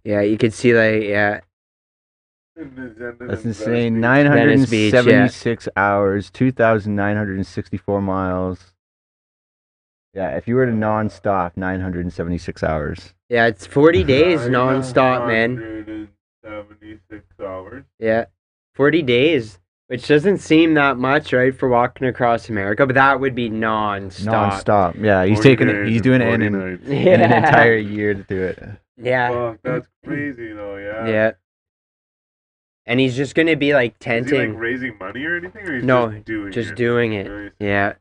Yeah, you could see like yeah,
That's insane. 976 hours, 2,964 miles. Yeah, if you were to non-stop, 976 hours.
yeah. It's forty days nonstop, man.
Seventy-six hours.
Yeah, forty days, which doesn't seem that much, right, for walking across America. But that would be nonstop.
Non-stop. Yeah, he's
40
taking it.
days
He's
and
doing it
40
in an,
nights.
Yeah.
in an entire year to do it.
Yeah,
Fuck, that's crazy though.
uh,
Yeah.
yeah. And he's just gonna be like
Is he like
tenting,
raising money or anything, or he's
No,
just doing
just
it?
doing it.
Nice.
Yeah,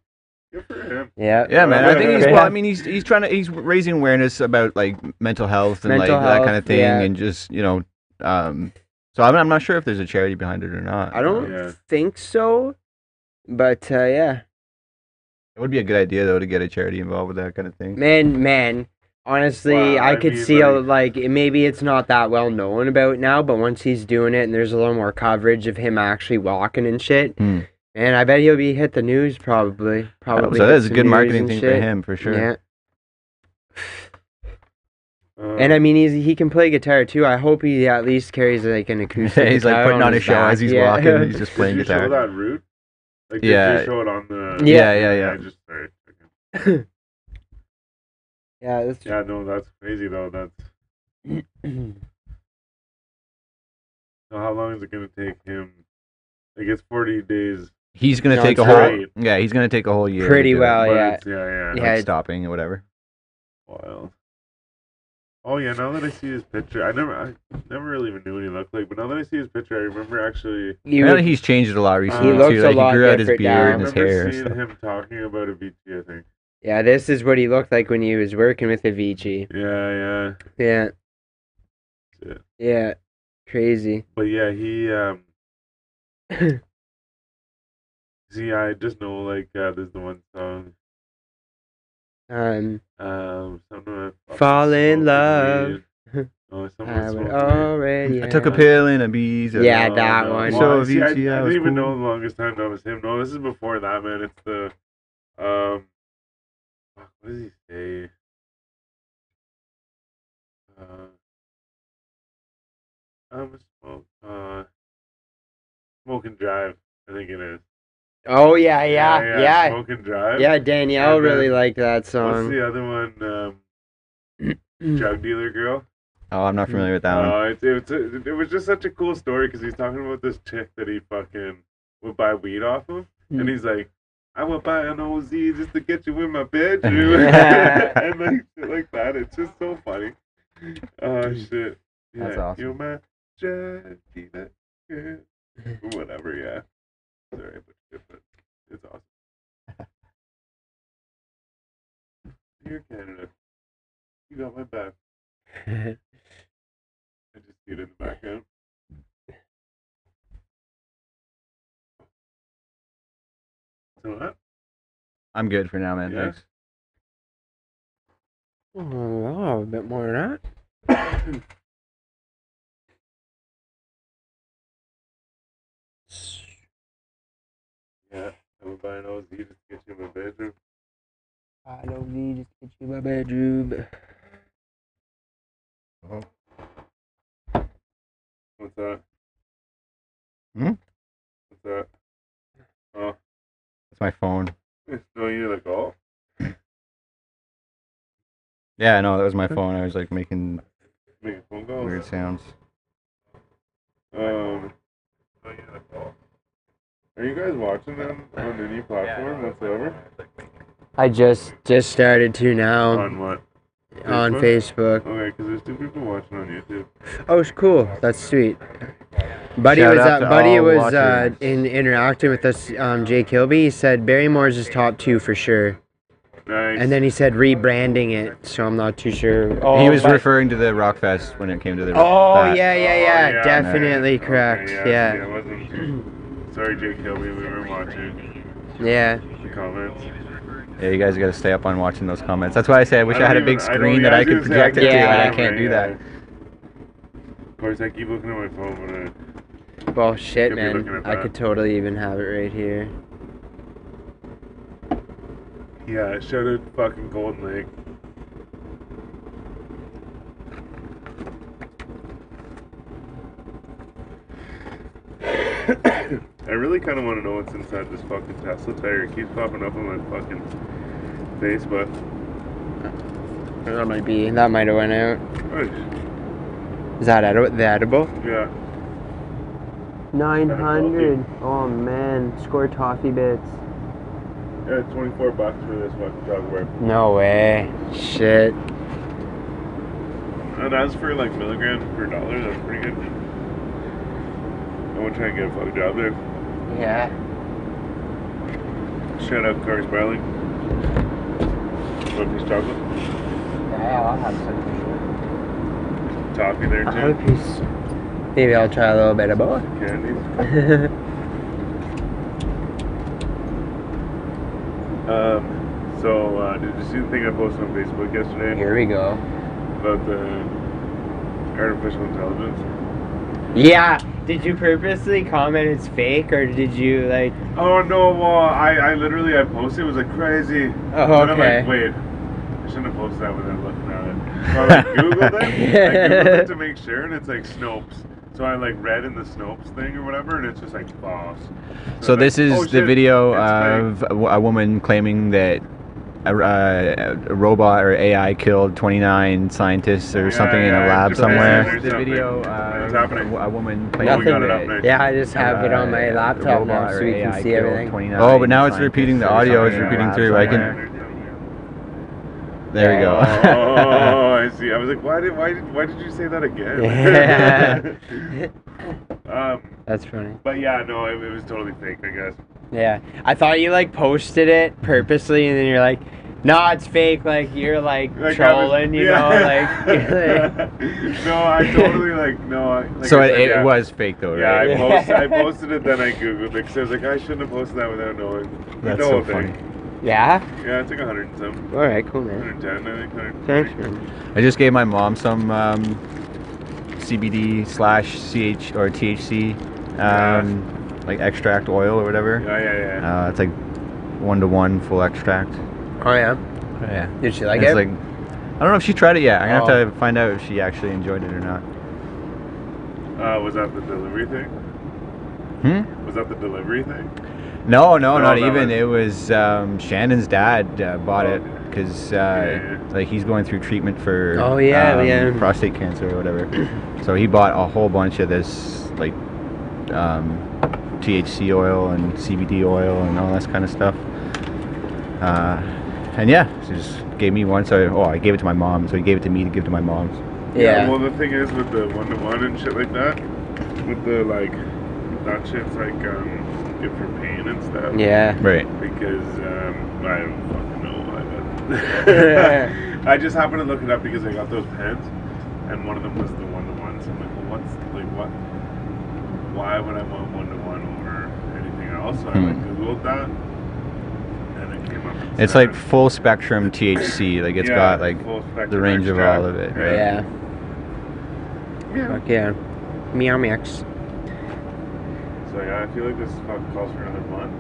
Good for him.
yeah.
Yeah, man. I think he's.
Yeah.
Well, I mean, he's he's trying to he's raising awareness about like mental health and
Mental
like that kind
health,
of thing,
yeah.
and just you know, um. So I'm, I'm not sure if there's a charity behind it or not.
I don't
Yeah.
think so, but uh, yeah.
It would be a good idea though to get a charity involved with that kind of thing.
Man, man. Honestly,
Wow,
I
I
could
mean,
see how,
like-
like it- maybe it's not that well known about now, but once he's doing it and there's a little more coverage of him actually walking and shit,
Hmm.
man, I bet he'll be hit the news probably. Probably.
so
hit
that's a
some
good
news
marketing
and
thing for
shit.
him for sure.
Yeah,
Uh,
and I mean he's he can play guitar too. I hope he at least carries like an acoustic.
he's like
guitar
putting on a
his
show
back.
as he's
Yeah.
walking. and He's just
did
playing
you show
guitar.
that route? Like, Did
Yeah.
you show it on the?
Yeah, yeah, yeah.
I just, sorry.
yeah, that's
yeah, no, that's crazy though. That's. So how long is it gonna take him? Like it's forty days.
He's gonna
No,
take a
it's
whole.
right.
Yeah, he's gonna take a whole year. to
Pretty
do it.
well. Oh,
but
yeah.
it's- yeah, yeah.
Like,
Yeah, it-
stopping or whatever.
Wild. Oh yeah, now that I see his picture, I never, I never really even knew what he looked like. But now that I see his picture, I remember actually.
you
Apparently, he's changed it a lot recently
looks
too.
a
Like
lot
he grew out his
different
beard
now.
I
and his
remember
hair. and
seeing
stuff.
him talking about Avicii. I think.
yeah, this is what he looked like when he was working with Avicii.
Yeah, yeah.
Yeah.
Yeah.
Yeah. Crazy.
But yeah, he um see I just know like uh there's the one song
Um,
um someone was
Fall in
smoking
love.
weed. Oh, someone
I
was
would
smoking weed.
already.
I took a
have-
pill and a bees. and-
Yeah,
Oh,
that
no.
one.
So
Wow, see, I, I
Avicii, yeah,
didn't
was
even
cool.
know the longest time that was him. No, this is before that man. It's the um fuck, what does he say? Uh I'm a smoke uh smoke and drive, I think it is.
Oh yeah, yeah, yeah,
Smoke and drive.
yeah. Danielle
And
really
then-
liked that
What's
song.
the other one? Um, drug dealer girl.
Oh, I'm not familiar with that one.
Uh, it, it, it, was just such a cool story because he's talking about this chick that he fucking would buy weed off of, and
Hmm.
he's like, "I would buy an OZ just to get you in my bedroom," and like shit like that. It's just so funny. Oh shit! Yeah,
That's awesome.
You my drug dealer girl. Whatever. Yeah. Sorry, but shit, but it's awesome. Dear Canada, you got my back. I just see it in the background. So uh, what?
I'm good for now, man.
Yeah.
Thanks.
Oh, I'll have a bit more than that.
Yeah, I'm buying those. You just get you in my bedroom.
I don't need to get you my bedroom.
What's that?
Hmm?
What's that? Oh,
That's my phone.
it's still you like oh.
Yeah, no, that was my phone. I was like making
Make a phone call.
weird sounds.
Um, still you like oh. Are you guys watching them on the new platform whatsoever?
I just just started to now
On what?
on Facebook.
Okay, because there's two people watching on YouTube.
Oh, it's cool. That's sweet. Buddy
Shout
was
out
uh,
to
Buddy
all
was uh,
watchers.
in interacting with us. Um, Jay Kilby he said Barrymore's his top two for sure,
Nice.
and then he said rebranding it. So I'm not too sure.
Oh,
he was
but-
referring to the Rockfest when it came to the.
Oh
that.
yeah, yeah,
Oh,
yeah,
yeah,
definitely
okay,
correct.
yeah, see, I
yeah,
wasn't. Sorry, Jake Kilby, we were watching
yeah.
the comments.
Yeah, you guys got to stay up on watching those comments. That's why I say I wish I, had a
don't
big
even- I don't-
screen
yeah,
that I
was
could
gonna say,
project it
I
to,
can't
and I
do
can't do
yeah.
that.
Of course, I keep looking at my phone when I
Well, shit,
Could be looking
man.
at
I
that.
could totally even have it right here.
uh, Yeah, shout out fucking Golden Lake. I really kind of want to know what's inside this fucking Tesla tire. It keeps popping up on my fucking Facebook.
That might be. That might have went out.
Oh, sh-
Is that edible? The edible?
yeah.
Nine
900.
Oh man, score toffee bits.
Yeah, 24 bucks for this fucking Jaguar.
No way. Shit.
And as for like milligrams per dollar, that's pretty good. I want to try and get a fucking job there.
Yeah.
Shout out Cars Barley. Want a piece of chocolate?
Yeah, I'll have some.
Toffee there
I
too.
hope he's. Maybe I'll try a little bit of both.
Candy.
yeah,
Um, so, uh, did you see the thing I posted on Facebook yesterday
here we go.
about the artificial intelligence?
Yeah. Did you purposely comment it's fake, or did you like?
Oh no! Well, I, I literally I posted. It was like crazy.
Oh,
And I'm
okay.
like, wait, I shouldn't have posted that without looking at it. So I like googled it. I googled it to make sure, and it's like Snopes. So I like read in the Snopes thing or whatever, and it's just like false.
So
I'm
this
like,
is
oh,
the
shit,
video
it's fake.
of a wo- a woman claiming that a, uh, a robot or AI killed 29 scientists or
Yeah,
something in
yeah,
a
Japan
lab somewhere.
or something. It's happening.
a woman
claiming got it up that,
Yeah, I just have it on my
uh,
laptop
robot
now,
or
so we can
AI
see
killed
everything.
29
Oh, but now it's
scientists
repeating the
or
audio,
Oh,
something in
it's
a
repeating
lab
through, I can-
somewhere. There you go.
oh, I see. I was like, why did why did why did you say that again? um,
That's funny.
but yeah, no, it, it was totally fake. I guess.
Yeah, I thought you like posted it purposely, and then you're like, "Nah, it's fake." Like you're like,
Like, I was-
trolling, you
yeah.
know? Like,
no, I totally like no. I, like
so
I
it,
said,
it
yeah.
was fake though,
Yeah,
right?
I,
Yeah.
post, I posted it, then I googled it because I was like, I shouldn't have posted that without knowing.
That's
the
so
whole
funny.
thing.
yeah.
Yeah, it's like 100 and some,
All right, cool, man.
110, I think. 100.
Thanks, man.
I just gave my mom some um, CBD slash CH or THC, um, like extract oil or whatever.
Yeah, yeah, yeah.
Uh, it's like one to one full extract.
Oh yeah,
Yeah.
did she like
it's
it?
like I don't know if she tried it yet. I'm gonna
Oh.
have to find out if she actually enjoyed it or not.
Uh, was that the delivery thing?
Hmm?
Was that the delivery thing?
No,
No,
no, not
that
even.
was-
It was um, Shannon's dad uh, bought it because uh,
Yeah.
like he's going through treatment for
Oh, yeah,
um,
yeah.
prostate cancer or whatever. so he bought a whole bunch of this like um, THC oil and CBD oil and all this kind of stuff. Uh, and yeah, she just gave me one. So oh, I gave it to my mom. So he gave it to me to give to my mom.
yeah.
Well, the thing is with the one to one and shit like that, with the like, that shit's like um, good for pain and stuff.
yeah.
Right.
Because um, I don't fucking know why. But I just happened to look it up because I got those pens, and one of them was the one to one. So I'm like, well, what's like what? Why would I want one to one over anything else? So I like googled that, and it came up. with
Hmm. It's
seven.
like full spectrum THC. Like it's
Yeah,
got like
full
the
spectrum
range of
extract.
all of it, right?
Yeah.
Yeah.
Fuck yeah. Meow meows.
So yeah, I feel like this fucking calls for another blunt.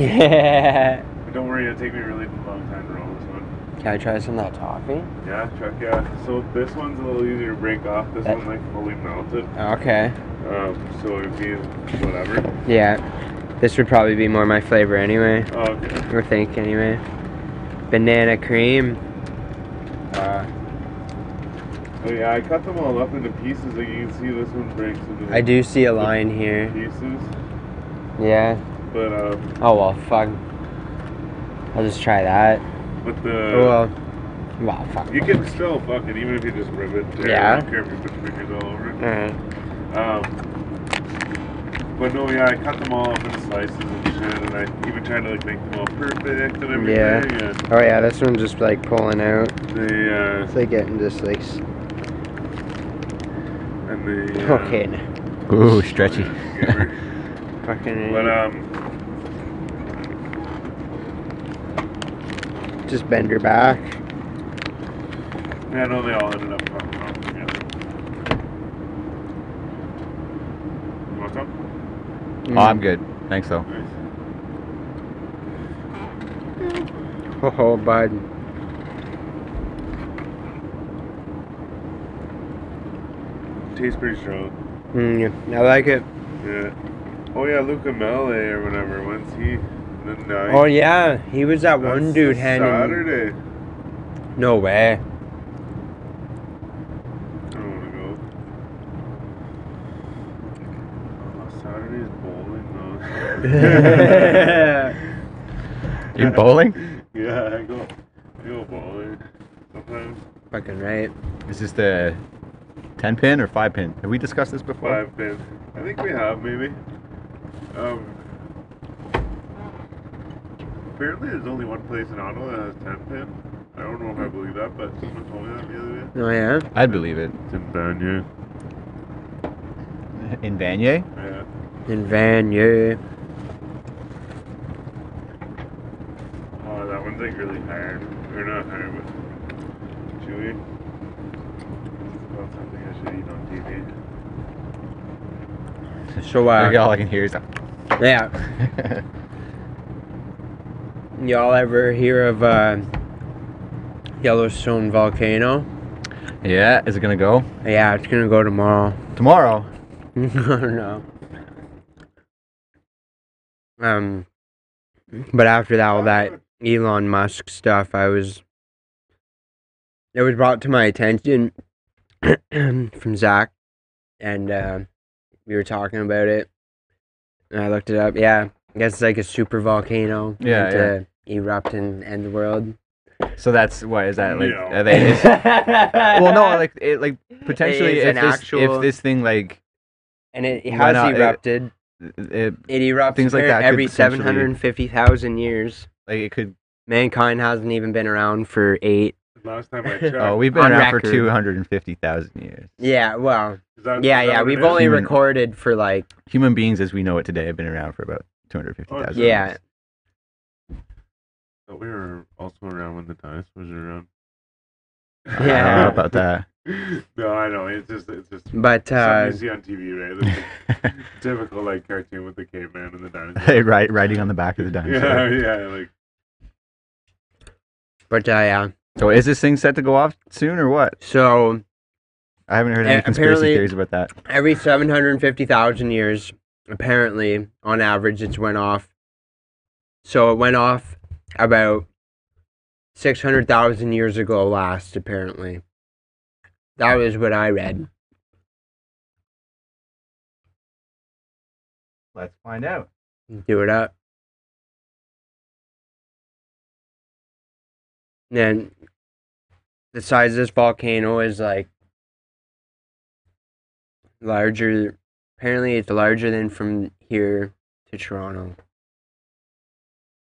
Yeah.
But don't worry, it'll take me a really long time to roll this one.
Can I try some of that toffee?
Yeah, Chuck. Yeah. So this one's a little easier to break off. This
Eh.
Uh,
one like fully melted.
Okay.
Um, so it'd be whatever.
Yeah. This would probably be more my flavor anyway.
Oh, okay.
Or think anyway. Banana cream. Uh,
So Oh, yeah, I cut them all up into pieces. Like you can see, this one breaks into.
I do see a line here.
Pieces,
Yeah.
but um,
Oh well, fuck. I'll just try that.
but
Oh
the
well. Wow, fuck.
Uh, you can still fuck it even if you just rip it. Tear it,
Yeah.
I don't care if you put your fingers all over it.
Alright.
Um, but no, yeah, I cut them all up in slices and shit, and I even tried to like make them all perfect and everything.
Yeah.
And
Oh yeah, this one's just like pulling out.
they uh,
It's like getting just like. s-
and they uh,
Okay. no.
Ooh, stretchy.
whatever.
Fucking.
but um,
just bend her back.
yeah, no, they all ended up fucking off together. You want some?
Oh, I'm
Mm.
good. Thanks though.
Nice.
Oh, oh, bud.
Tastes pretty strong.
Mm, I like it.
Yeah. Oh yeah, Luca Mele or whatever. Once he the night.
Oh yeah, he was that one dude handing.
Saturday.
No way.
I don't want to go. Oh, Saturday's bowling though.
You bowling?
Yeah, I go, I go bowling sometimes.
Fucking right.
Is this the ten pin or five pin? Have we discussed this before?
Five pin. I think we have maybe. Um. Apparently, there's only one place in Ottawa that has ten pin. I don't know if I
Hmm.
believe that, but someone told me that the other day.
Oh yeah.
I'd believe it.
It's in Banyan.
In Vanier?
Yeah.
In Van, yeah.
Oh, that one's like really hard. Or not hard, but chewy. About something I should eat on TV.
So
Like,
uh,
all I can hear is
yeah. Y'all ever hear of uh, Yellowstone volcano?
Yeah, is it gonna go?
Yeah, it's gonna go tomorrow.
Tomorrow.
no. Um, but after that, all that Elon Musk stuff, I was. It was brought to my attention from Zach, and uh, we were talking about it. And I looked it up. Yeah, I guess it's like a super volcano.
Yeah,
meant to erupt and end the world.
So that's what is that like?
No.
Are they, is- well, no, like it like potentially
is
if
an
this,
actual-
if this thing like
and it
Why
has
not? It-
erupted.
it
It erupts
Things like
e-
that could
every
potentially-
750,000 years.
like it could.
Mankind hasn't even been around for eight.
Last time I checked.
Oh, we've been
On
around for
record.
two hundred and fifty thousand years.
Yeah, well,
is that-
yeah,
is that what
yeah.
it
We've
is?
only
Human-
recorded for like,
Human beings as we know it today have been around for about two hundred fifty
Oh,
thousand.
yeah.
But we were also around when the dinosaurs were around.
I don't know
Yeah.
about that.
no, I know. It's just, it's just
But uh,
something you see on TV, right? It's like typical like cartoon with the caveman and the dinosaur.
hey, right, riding on the back of the
yeah,
dinosaur.
yeah. Like
but uh, yeah.
So is this thing set to go off soon or what?
So
I haven't heard
Uh,
any conspiracy
apparently-
theories about that.
every 750,000 years, apparently, on average, it's went off. So it went off about 600,000 years ago last, apparently. That was what I read.
Let's find out.
Do it up. Then the size of this volcano is like larger. Apparently, it's larger than from here to Toronto.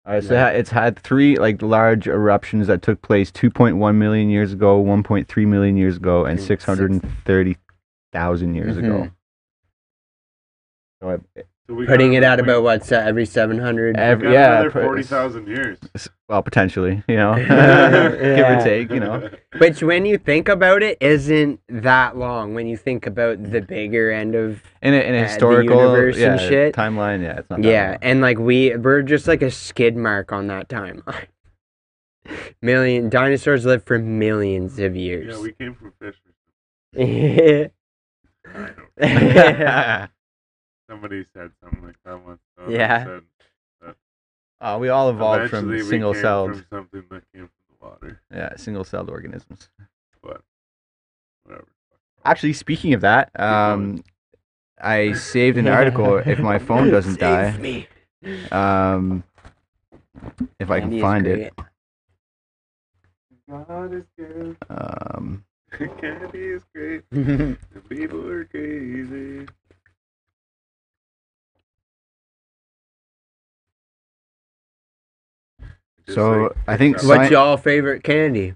All right, Uh, so it ha- it's had three like large eruptions that took place 2.1 million years ago, 1.3 million years ago, and
Mm, six- Mm-hmm.
630,000 years ago. So uh, it,
So we
Putting
got-
it at
we
about what se- every seven hundred.
got
Every, yeah,
another
pr-
forty thousand years.
Well, potentially, you know, give
Yeah.
or take, you know.
Which, when you think about it, isn't that long. When you think about the bigger end of
In a, in
Uh,
a
the
historical
universe
yeah,
and shit.
timeline, yeah, it's not. that
yeah,
long.
and like we we're just like a skid mark on that timeline. Million dinosaurs lived for millions of
Yeah,
years.
we came from fish. Somebody said something like that once. so I
Yeah.
said,
Uh, we all evolved
"Eventually
from
we
single
came
celled,
From something that came from the water.
yeah, single celled organisms.
Whatever.
Actually, speaking of that, um, I saved an article. if my phone doesn't die,
me.
um, if I can find it,
God is good.
um,
Candy is great.
it.
The people are crazy. Just
So,
like
I think
picks up-
sci-
What's y'all favorite candy?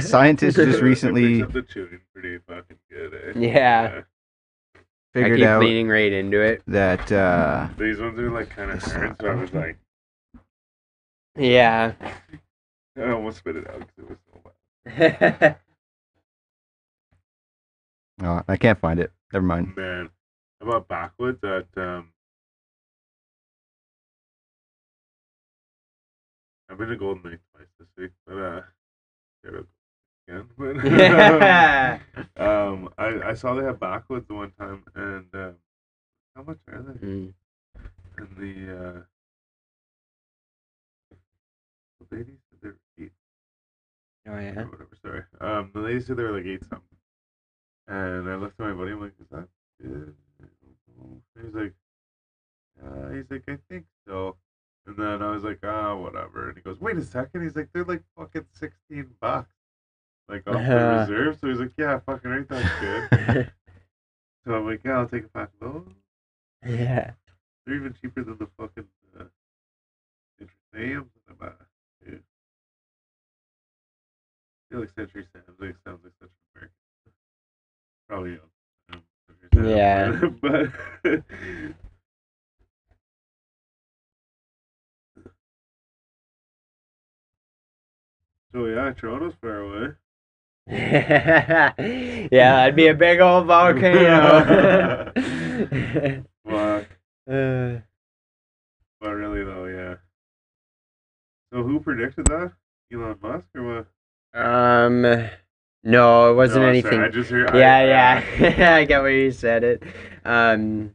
scientists
it
just
picks
recently
up the chewing pretty fucking good. Eh?
Yeah. I
figured
keep
out
leaning right into it.
that uh,
These ones are like kind of
It's
hard,
not-
so I was like,
Yeah.
I almost spit it out 'cause it was so wet.
oh, I can't find it. Never mind.
Man, how about backwoods at um. I've been to Golden Lake twice this week, but uh, shout out again. But, um, I, I saw they had backwoods the one time, and uh, how much are they?
Mm.
And the uh, the ladies said they're eight
Oh yeah.
or whatever. Sorry. Um, the lady said they were like eight something, and I looked at my buddy. I'm like, is that? Good? He's like, uh, he's like, I think so. And then I was like, ah, whatever. And he goes, wait a second. He's like, they're like fucking sixteen bucks, like off the
Uh-huh.
reserve. So he's like, yeah, fucking right, that's good. so I'm like, yeah, I'll take a pack of those.
yeah.
They're even cheaper than the fucking uh, Century Sam's that I buy. Dude. I feel like Century Sam's like sounds like such an American. Probably um, Century Sam's, but so yeah, Toronto's far away.
yeah, that'd be a big old volcano.
Fuck.
Uh,
But really though, yeah. So who predicted that? Elon Musk or what?
um, no, it wasn't
No, I'm sorry,
anything.
I just hear. I-
yeah,
I-
yeah. I get where you said it. Um,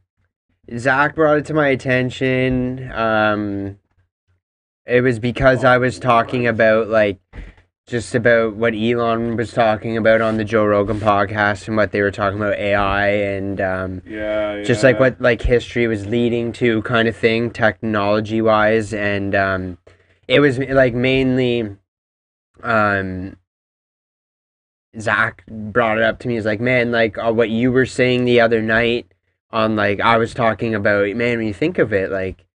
Zach brought it to my attention. Um, it was because I was talking about like just about what Elon was talking about on the Joe Rogan podcast and what they were talking about AI and um,
Yeah, yeah.
just like what like history was leading to kind of thing technology wise and um it was like mainly um zach brought it up to me he's like man like uh, what you were saying the other night on like i was talking about man when you think of it like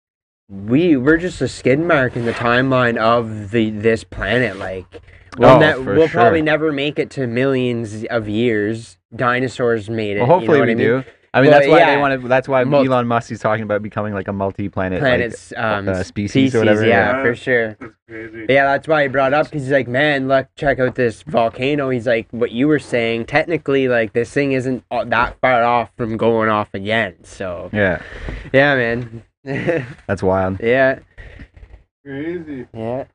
we we're just a skid mark in the timeline of the this planet like we'll,
Oh,
ne-
for
we'll probably
sure.
never make it to millions of years dinosaurs made it
Well,
you know
hopefully
what
we
I mean?
do. I mean,
Well,
that's why they
yeah.
want to. That's why
Multi-
Elon Musk is talking about becoming like a multi-planet. like,
planets um,
uh,
species,
species or whatever,
Yeah,
yeah.
for sure.
That's crazy.
But yeah, that's why he brought up because he's like, man, look, check out this volcano. He's like, what you were saying, technically, like this thing isn't a- that far off from going off again. So
yeah,
yeah, man. yeah,
that's wild.
Crazy.
yeah,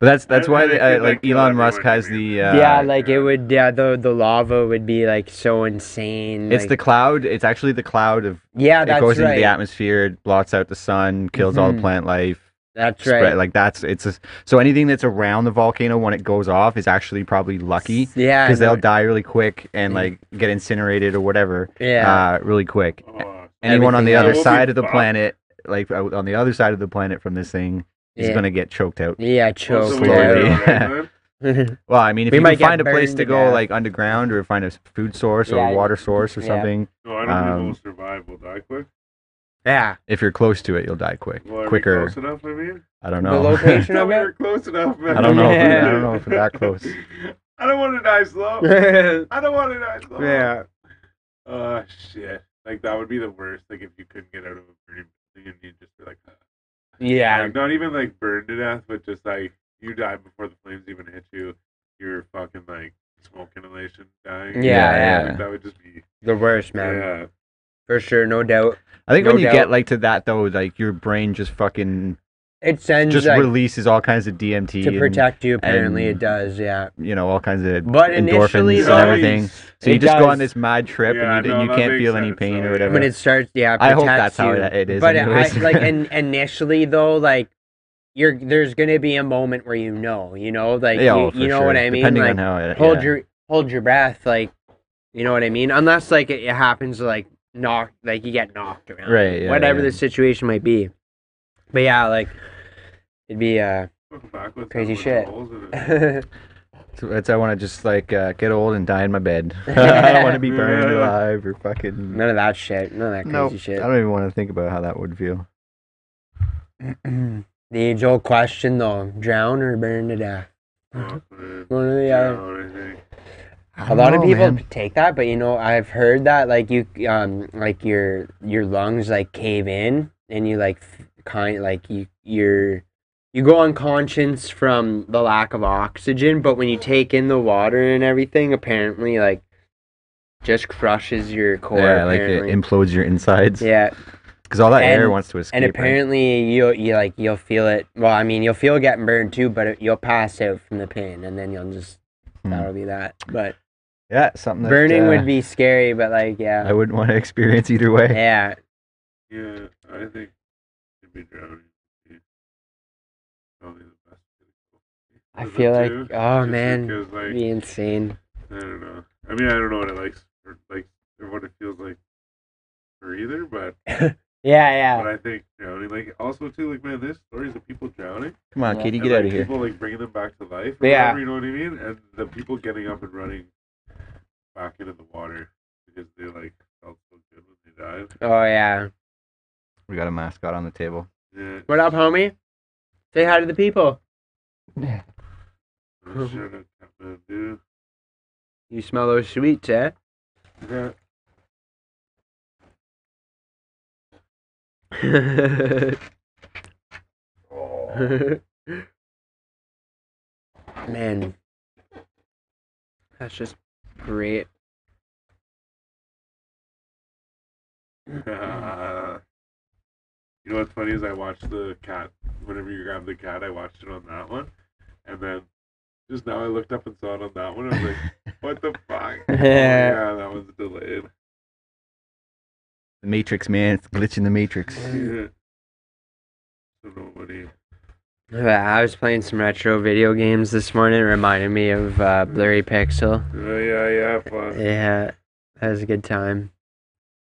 But that's that's
I- I
why
think
uh,
that
like
could
Elon
be
Musk
what you
has
mean.
the uh,
yeah. Like it would, yeah. The the lava would be like so insane.
It's the
like-
cloud. It's actually the cloud of
yeah. That's
it goes
right.
into the atmosphere, it blots out the sun, kills all
Mhm.
the plant life.
that's
spread-
right.
Like that's it's a, so anything that's around the volcano when it goes off is actually probably lucky
yeah, I
because
know.
they'll die really quick and
Mm.
like get incinerated or whatever.
yeah.
uh, really quick.
Oh,
Anyone on the
Everything
other
else
will be
side of the
fucked.
planet, like uh, on the other side of the planet from this thing, is
Yeah.
going to get choked out.
yeah, choke.
so
we
we're
slowly.
doing it right, man.
Well, I mean, if
We
you
might
can
get
find a place
burned
to
to
go
death.
like underground or find a s- food source or
Yeah.
a water source or
Yeah.
something,
No, I don't
Um,
think we'll survive. We'll die quick.
yeah.
if you're close to it, you'll die quick,
Well, are We
quicker.
close enough, I mean.
I don't
The
know.
location
No,
of
we
it.
were close enough. Man.
I don't know.
if we- I
don't know if we're that close.
I don't want to die slow. I don't want to die slow.
yeah.
Oh shit. Like that would be the worst. Like if you couldn't get out of a burning building and you just were like, "Ah." "Ugh."
Yeah.
like, not even like burned to death, but just like you die before the flames even hit you. You're fucking like smoke inhalation dying.
Yeah,
Like,
yeah.
that would just be
The worst, man.
yeah.
For sure, no doubt.
I think
No
when you
doubt.
get like to that though, like your brain just fucking
It sends
just
like,
releases all kinds of DMT
to protect you. Apparently,
and-
it does. Yeah.
and you know all kinds of
But initially,
endorphins and
though,
everything. So you
it
just
does.
go on this mad trip
Yeah,
and you,
no,
and you
that
can't
makes
feel any
sense,
pain
though,
or
yeah.
whatever.
When it starts, yeah, it
I hope
protects
that's how
you.
it- it is
But I,
anyways.
like, in, initially though, like you're there's gonna be a moment where you know, you know, like
Yeah, oh,
you,
for
you know
sure.
what I mean.
Depending
like,
on how it
hold
yeah.
your hold your breath, like you know what I mean. Unless like it, it happens, like knock, like you get knocked around,
Right, yeah,
whatever
yeah.
the situation might be. But yeah, like it'd be uh,
Fucking backwards,
Crazy
have a bunch
shit.
of holes in it.
yeah,
So It's, I want to just like uh, get old and die in my bed. I don't want to be burned
Yeah.
alive or fucking.
none of that shit, none of that crazy
Nope.
shit.
I don't even want to think about how that would feel.
the age old question though: drown or burn to death?
Oh, man.
One or the
Yeah,
other.
what do you think?
I
a
don't
lot of
know,
people
man.
take that but you know i've heard that like you um like your your lungs like cave in and you like f- kind like you you're you go unconscious from the lack of oxygen but when you take in the water and everything apparently like just crushes your core
Yeah, like it
apparently.
implodes your insides. Yeah,
yeah
because all that air
And-
wants to escape.
and
right?
apparently you'll you like you'll feel it well i mean you'll feel getting burned too but it, you'll pass out from the pain and then you'll just
Hmm.
that'll be that but
yeah, something that,
burning
uh,
would be scary but like yeah
I wouldn't want to experience either way.
Yeah.
Yeah, I think it'd be drowning. Yeah. Probably the best.
I
Is it
feel like,
too?
oh
Just
man,
because,
it'd
like,
be insane.
I don't know. I mean, I don't know what it likes or like or what it feels like for either, but
Yeah,
but I think drowning, like also too, like man, there's stories of people drowning.
Come on,
Yeah.
Katie,
and,
get
like,
out of here.
People like bringing them back to life. Or
Yeah.
whatever, you know what I mean. And the people getting up and running back into the water because they like felt so good when they died.
yeah. Oh yeah.
We got a mascot on the table.
Yeah.
What up, homie? Say hi to the people.
I'm sure that's happening, dude.
You smell those sweets, eh?
Yeah.
Man, that's just great.
you know what's funny is I watched the cat. Whenever you grab the cat, I watched it on that one, and then just now I looked up and saw it on that one. I was like, "What the fuck?" Oh, yeah, that was delayed.
The Matrix, man, it's glitching the Matrix.
Yeah. So nobody.
Yeah, I was playing some retro video games this morning. It reminded me of uh, Blurry Pixel.
Oh yeah, yeah, fuck.
Yeah, that was a good time.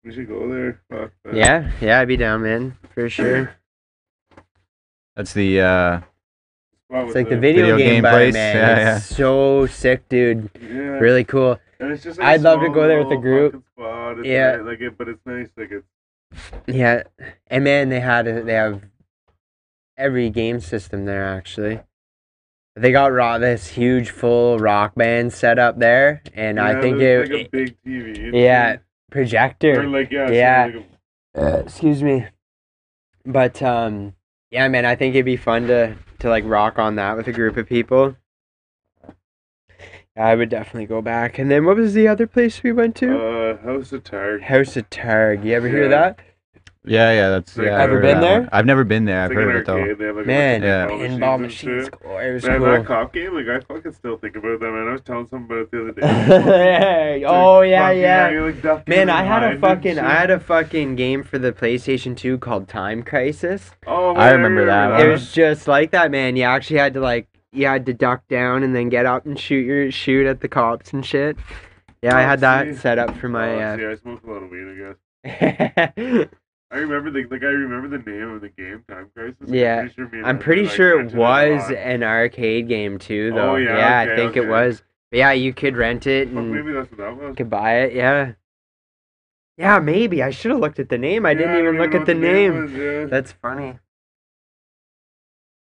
We should go there. Fuck. that.
Yeah, yeah, I'd be down, man, for sure.
That's the uh,
Spot
It's
with
like the video,
Video
game,
game
bar,
place,
man.
yeah,
It's so sick, dude.
Yeah.
Really cool.
And it's just
I'd love to go there with the
small
group.
fucking Spot. It's
Yeah.
yeah. Like it, but it's nice. Like it's
Yeah, and man, they had a, they have every game system there actually. They got raw this huge full rock band set up there, and I
yeah,
think
there's
it,
like a big TV. you know?
yeah
Or
projector.
like yeah.
Yeah.
Like a,
Uh, excuse me, but um, yeah, man, I think it'd be fun to to like rock on that with a group of people. I would definitely go back. And then what was the other place we went to?
Uh, House of Tired.
House of Targ. You ever hear
Yeah.
that?
yeah, yeah, that's.
Like,
Yeah, I
Ever
heard
been
that one.
there?
I've never been there. I've
It's
heard
an
of it though.
arcade, they have, like, a bunch
Man,
of
Yeah.
pinball
pinball
machines and
machines.
shit.
Cool. It was
Man,
cool.
that cop game, like I fucking still think about that. Man, I was telling somebody about it the other day.
Hey, oh
Like,
yeah,
fucking,
yeah.
you're, like, ducking
Man,
and
I had a
hiding
fucking,
and
I
shit.
had a fucking game for the PlayStation 2 called Time Crisis.
Oh,
I remember that
It
one.
was just like that, man. You actually had to like, you had to duck down and then get up and shoot your shoot at the cops and shit. Yeah, I had that set up for my.
Oh,
Uh...
see, I smoked a lot of weed. I guess. I remember the like I remember the name of the game, Time Crisis. I'm
Yeah.
pretty sure me and
I'm
Andrew,
pretty
like,
sure it
rented a
was
lot.
an arcade game too, though.
Oh, yeah,
I
okay,
think it
okay.
was. But yeah, you could rent it
Fuck,
and.
maybe that's what that was.
could buy it. Yeah. Yeah, maybe. I should have looked at the name. I didn't
Yeah,
even
don't
look
know
at
what
the name.
was, yeah.
That's funny.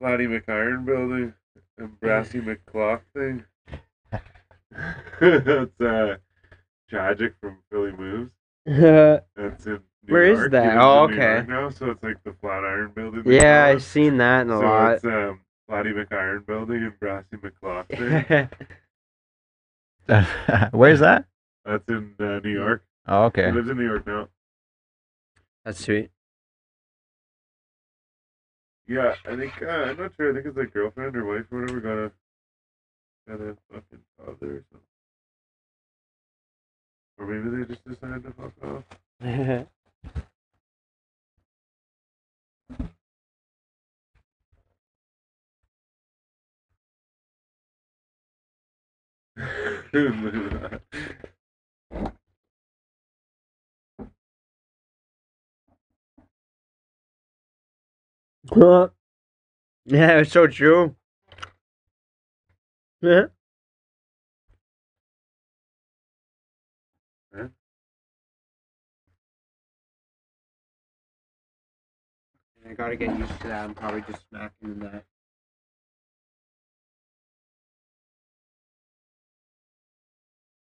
Lottie McIron building and Brassy McClock thing. That's uh, tragic from Philly Moves.
yeah,
That's in New
Where is
York.
that?
He lives in
Oh,
New
okay.
York now, so it's like the Flatiron Building. they
Yeah,
call
I
it.
seen that in a
so
lot.
it's um, Lottie McIron Building and Brassy McLaughlin.
yeah,
Where's that?
That's in uh, New York.
Oh, okay.
He lives in New York now.
that's sweet.
Yeah, I think uh, I'm not sure. I think it's like girlfriend or wife or whatever got a got a fucking father or something. Or maybe they just decided to fuck off. Look at that.
yeah, it's so true. Yeah. I gotta get used to that. I'm probably just smacking that.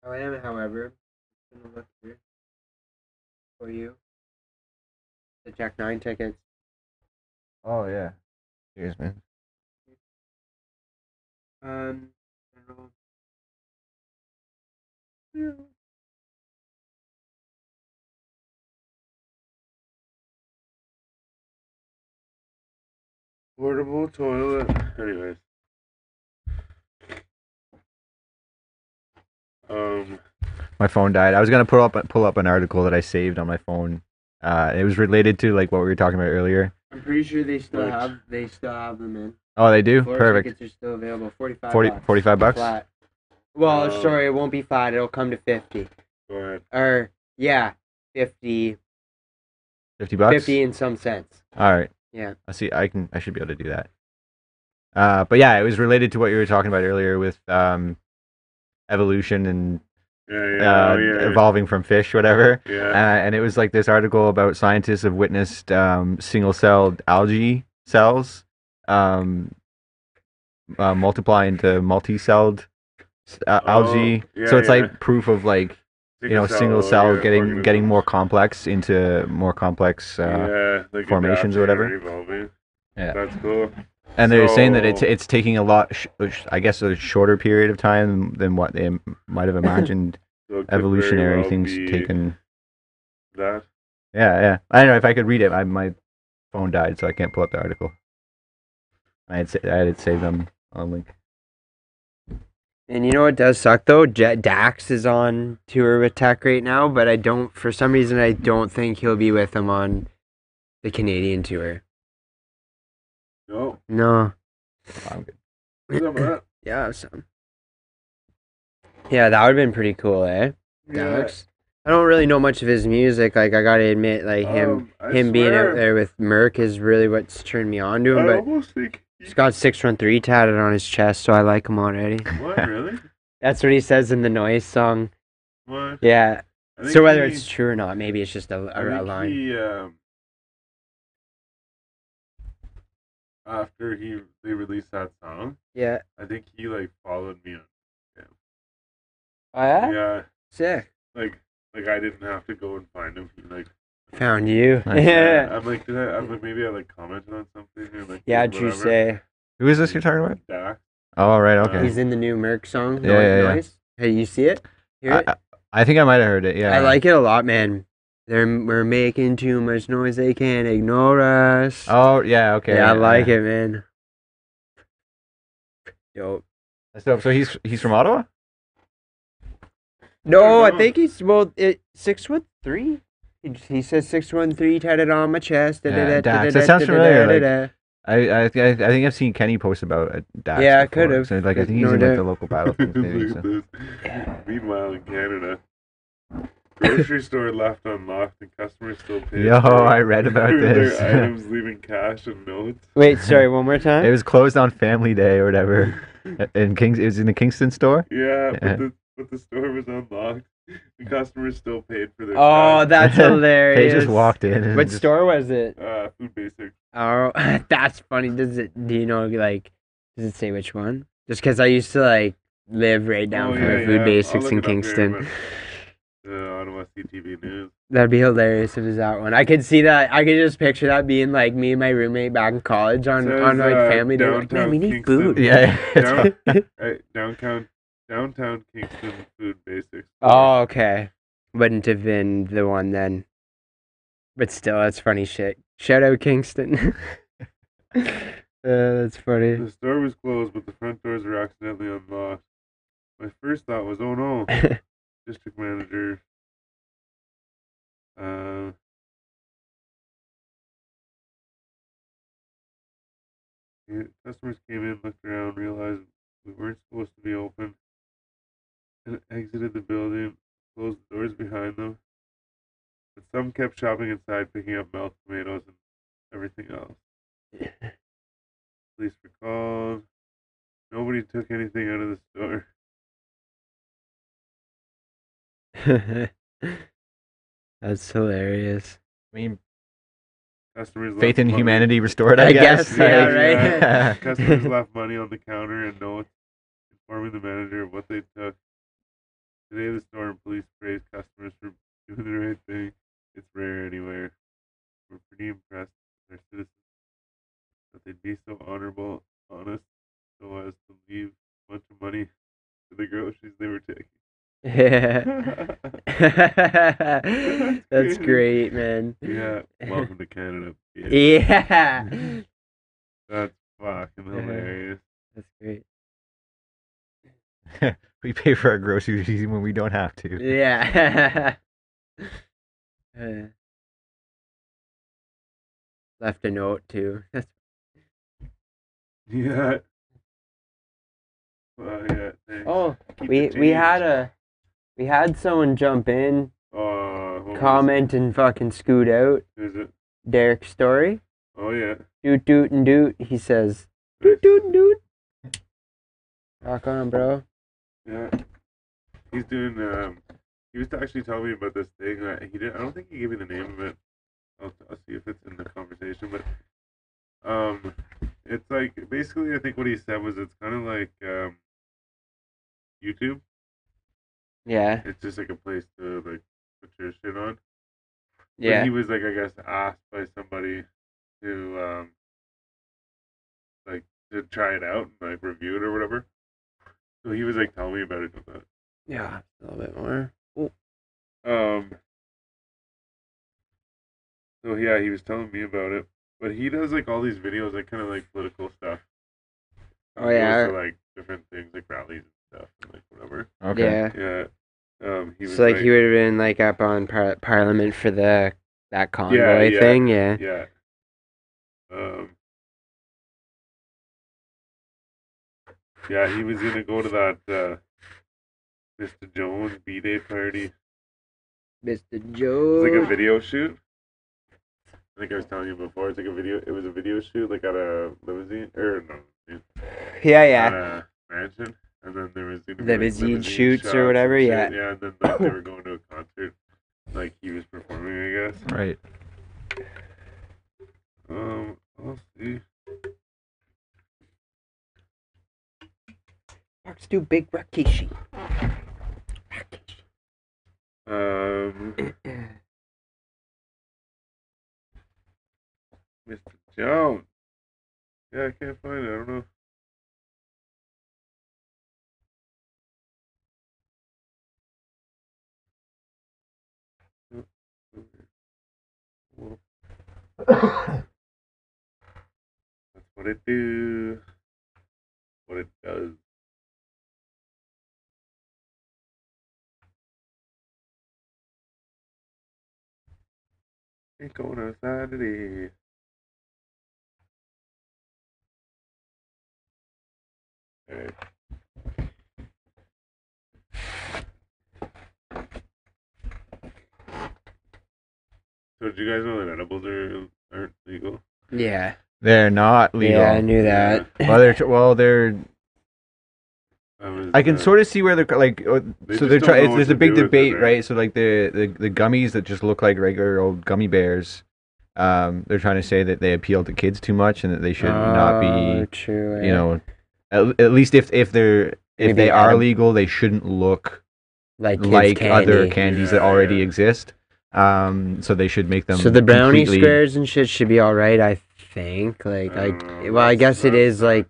Oh, I am, however, just gonna look here for you. The Jack Nine tickets.
Oh yeah. Cheers, man.
Um, I don't know.
Portable toilet. Anyways. Um,
My phone died. I was gonna pull up pull up an article that I saved on my phone. Uh, it was related to like what we were talking about earlier.
I'm pretty sure they still
Right.
have they still have them in.
Oh, they do.
Floor
Perfect.
tickets are still available. Forty five.
40, 45 bucks. Um,
Flat. Well,
Oh.
sorry, it won't be flat. It'll come to fifty.
go ahead.
Or yeah, 50,
Fifty bucks.
50 in some sense.
All right.
Yeah.
I see. I can. I should be able to do that. Uh, but yeah, it was related to what you were talking about earlier with um, evolution and
Yeah,
uh,
yeah, oh, yeah.
evolving from fish, whatever. Uh,
yeah.
and it was like this article about scientists have witnessed um, single-celled algae cells um, uh, multiply into multi-celled s- uh,
Oh,
algae.
yeah,
so it's
yeah.
like proof of like you know single cell getting getting more complex into more complex. Uh,
yeah, like
formations or whatever.
adapting Evolving.
Yeah.
That's cool.
And they're saying that it's
So-
it's taking a lot, sh- sh- I guess, a shorter period of time than what they m- might have imagined.
So it could very
evolutionary
well
things
be
taken.
That.
Yeah, yeah. I don't know if I could read it. I, my phone died, so I can't pull up the article. I had sa- I had it saved on on link.
And you know what does suck though? Ja- Dax is on tour with Tech right now, but I don't. For some reason, I don't think he'll be with them on the Canadian tour.
No.
No.
I'm good.
what's up with that?
Yeah, some. Yeah, that would have been pretty cool, eh?
Yeah.
Dax. I don't really know much of his music. Like I gotta admit, like him,
Um, I
him being out
swear, Oh.
there with Merc is really what's turned me on to him.
I
But
almost think.
he's got six one three tatted on his chest, so I like him already.
What really?
That's what he says in the Noise song.
What?
Yeah.
I think
So whether
he-
it's true or not, maybe it's just a,
I
a, a
think
line.
He, um, after he they released that song,
Yeah.
I think he like followed me on.
Oh, yeah.
Yeah,
Sick.
like like I didn't have to go and find him. He like
Found you.
Nice.
Yeah.
I'm like did I? I'm like maybe I like commented on something or like
Yeah,
did
Drew
whatever.
say
Who is this you're talking about?
Yeah.
Oh, right.
Yeah.
Okay.
he's in the new Merc song.
Yeah, yeah, yeah.
Noise. Hey, you see it? Hear it?
I, I- I think I might have heard it. Yeah.
I like it a lot, man. They're we're making too much noise. They can't ignore us.
Oh yeah. Okay.
yeah, I like it, man. Dope.
That's dope. So he's he's from Ottawa.
No, I
know.
think he's well. It six one three. He, he says six one three tatted on my chest.
Yeah,
da-da-da,
Dax.
da-da-da,
That sounds familiar, like-
da-da-da.
I I, thi- I think I've seen Kenny post about uh, Dax.
Yeah, I
before.
could've.
So, like I think he's
No
in like, the
doubt.
local battle things. Maybe,
Look
so.
at this. Meanwhile, in Canada, grocery store left unlocked and customers still pay.
Yo,
for
I read about
their
this.
items leaving cash and notes.
Wait, sorry, one more time.
It was closed on Family Day or whatever. In Kings, it was in the Kingston store.
Yeah,
Yeah.
but the but the store was unlocked. The customers still paid for their.
oh,
that.
that's
They
hilarious.
just walked in. and
What
just-
store was it?
Uh, food basic.
Oh, that's funny. Does it? Do you know? Like, does it say which one? Just because I used to like live right down
Oh,
from the
yeah,
food
yeah. I'll
basics
look
in
it up here,
Kingston.
but, uh, Ottawa CTV News.
That'd be hilarious if it was that one. I could see that. I could just picture that being like me and my roommate back in college on,
Says,
on like
uh,
family day. Like, man,
downtown
we need
Kingston.
food.
Yeah.
Down, uh, downtown, downtown Kingston food basics.
Oh, okay. Wouldn't have been the one then. But still, that's funny shit. Shout out Kingston. uh, that's funny.
The store was closed, but the front doors were accidentally unlocked. My first thought was, "Oh no!" District manager. Uh, yeah, customers came in, looked around, realized we weren't supposed to be open, and exited the building, closed the doors behind them. But some kept shopping inside, picking up milk, tomatoes, and everything else. Police were called. Nobody took anything out of the store.
that's hilarious.
I mean,
Customers left
faith in
money-
humanity restored. I,
I
guess.
guess, yeah,
Like,
right?
Customers left money on the counter and no one informing the manager of what they took. Today, the store and police praise customers for doing the right thing. It's rare anywhere. We're pretty impressed with our citizens that they'd be so honorable, honest, so as to leave a bunch of money for the groceries they were
Yeah.
taking.
that's
crazy.
great, man.
yeah, Mm-hmm. welcome to Canada. bitch.
Yeah.
That's fucking hilarious.
That's great.
we pay for our groceries even when we don't have to.
Yeah. Uh, left a note too. That's
Yeah. Oh, yeah. thanks.
Oh,
Keep
we
the
we had
change.
a we had someone jump in,
Uh, what was it?
comment and fucking scoot out.
Is it?
Derek's story.
Oh yeah.
Doot doot and doot. He says
Nice.
doot doot and doot. Rock on, bro.
Yeah. He's doing. Um, he was actually telling me about this thing that he did. I don't think he gave me the name of it. I'll, I'll see if it's in the conversation. But um, it's like basically, I think what he said was it's kind of like um, YouTube.
Yeah.
It's just like a place to like put your shit on. But
Yeah.
he was like, I guess, asked by somebody to um like to try it out and like review it or whatever. So he was like telling me about it. About
Yeah. A little bit more.
that. Um. So yeah, he was telling me about it, but he does like all these videos, like kind of like political stuff.
Oh,
He goes
yeah.
to, like different things, like rallies and stuff, and, like whatever.
Okay.
Yeah.
Yeah. Um. He was
So like he would have been like up on par- Parliament for the that convoy
yeah.
thing. Yeah.
Yeah. Um. Yeah, he was gonna go to that uh, Mr. Jones B Day party.
Mr.
It
Joe.
was like a video shoot. I think I was telling you before. It's like a video. It was a video shoot, like at a limousine or no, limousine,
yeah, yeah.
at a mansion, and then there was gonna be,
Limousine
like,
shoots or
shots and
whatever,
shit.
yeah.
Yeah, and then like, they were going to a concert. Like he was performing, I guess.
Right.
Um, I'll see.
Let's do Big Rakishi.
Um, Mr. Jones. Yeah, I can't find it. I don't know. Nope, over here. Well. That's what it do. What it does. Ain't going outside today. Alright. So did you guys know that edibles are aren't legal?
Yeah.
They're not legal.
Yeah, I knew that.
well, they're tr- well, they're.
I, was,
I can
uh,
sort of see where they're like. uh,
They just
so they're
don't
trying.
know
There's
what to
a big
do with it,
debate,
right?
right? So like the, the the gummies that just look like regular old gummy bears. Um, they're trying to say that they appeal to kids too much and that they should
Uh,
not
Oh,
be.
True.
You know, at, at least if if they're if
Maybe
they are
add-
legal, they shouldn't look
like kids
like other
candy.
candies that
Yeah,
already
yeah.
exist. Um, so they should make them.
So the brownie
completely-
squares and shit should be all right, I think. Like, I
Mm,
well, I
that's
guess it
not
is like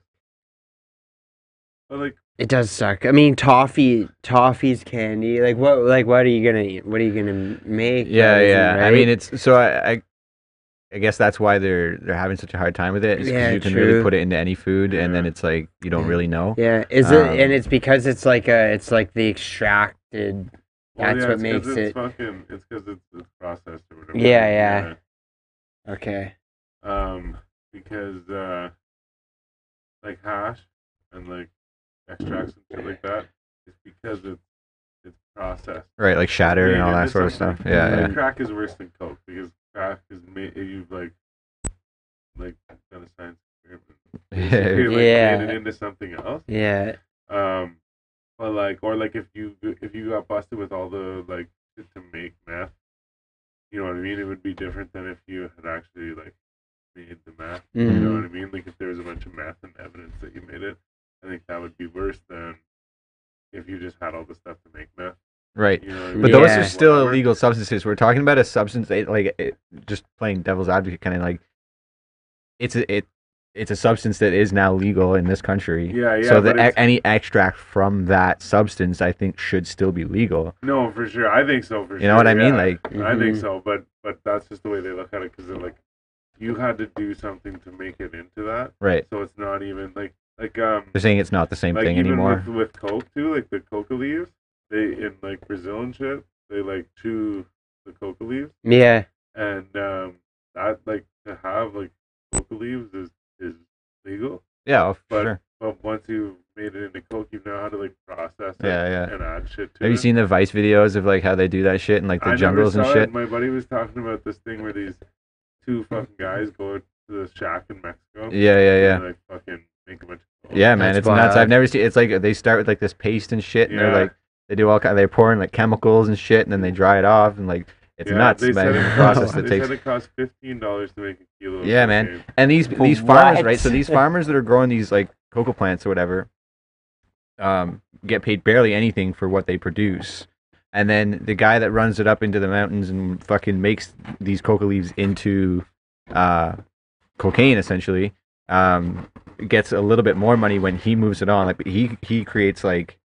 But like,
it does suck. I mean, toffee, toffee's candy. Like, what, like, what are you gonna, eat? what are you gonna make?
Yeah,
that isn't
yeah. I
right?
mean, it's so I, I, I guess that's why they're they're having such a hard time with it. Is 'cause
Yeah,
you can
true.
really put it into any food, and then it's like you don't really know.
yeah. Is
um,
it? And it's because it's like a, it's like the extracted.
well, yeah,
That's what
it's 'cause
makes
it's
it-
Fucking, it's because it's, it's processed or whatever.
Yeah, yeah.
yeah.
Okay.
Um, because uh, like hash and like extracts and shit like that, it's because it's it's processed.
Right, like shatter and all
Yeah,
that
it's
sort of
like-
stuff. Yeah,
like
yeah.
Crack is worse than coke because crack is made. You've like like done a science experiment. You, like,
Yeah.
Made it into something else.
Yeah.
Um, but like, or like if you if you got busted with all the like shit to make meth, you know what I mean? It would be different than if you had actually like made the meth. You know
Mm-hmm.
Mhm.
what I mean? Like if there was a bunch of meth and evidence that you made it, I think that would be worse than if you just had all the stuff to make meth.
Right.
You know what I
But
mean?
those
Yeah.
are still
Whatever.
illegal substances. We're talking about a substance that, like it, just playing devil's advocate, kind of like it's a, it it's a substance that is now legal in this country.
Yeah, yeah.
so
but
that
it's-
e- any extract from that substance, I think, should still be legal.
No, for sure. I think so. For sure.
You know what I mean?
yeah.
Like, mm-hmm.
I think
Mhm.
so. But but that's just the way they look at it because they're like, you had to do something to make it into that,
right?
so it's not even like like um
They're saying it's not the same
like
thing
even
anymore.
with with coke too. Like the coca leaves, they in like Brazil and shit, they like chew the coca leaves,
Yeah.
and um that like to have like coca leaves is is legal.
yeah, oh,
but-
sure.
But once you've made it into coke, you know how to like process it
Yeah, yeah.
and add shit to it.
Have you seen the Vice videos of like how they do that shit and like the
I
jungles
never
and
saw
shit?
It. My buddy was talking about this thing where these two fucking guys go to the shack in Mexico.
Yeah, yeah, yeah.
And they, like fucking make a bunch of
Yeah, man,
That's
it's nuts.
wild.
I've never seen. It's like they start with like this paste and shit, and
Yeah.
they're like they do all kind. They're pouring like chemicals and shit, and then they dry it off, and like it's
Yeah,
nuts,
They
man.
said
The
it
process
cost,
that
they
takes.
said it cost fifteen dollars to make a kilo. of
Yeah, man.
cocaine.
And these
For
these farmers,
what?
right? So these farmers that are growing these like cocoa plants or whatever, um, get paid barely anything for what they produce. And then the guy that runs it up into the mountains and fucking makes these coca leaves into uh, cocaine, essentially, um, gets a little bit more money when he moves it on. Like he he creates like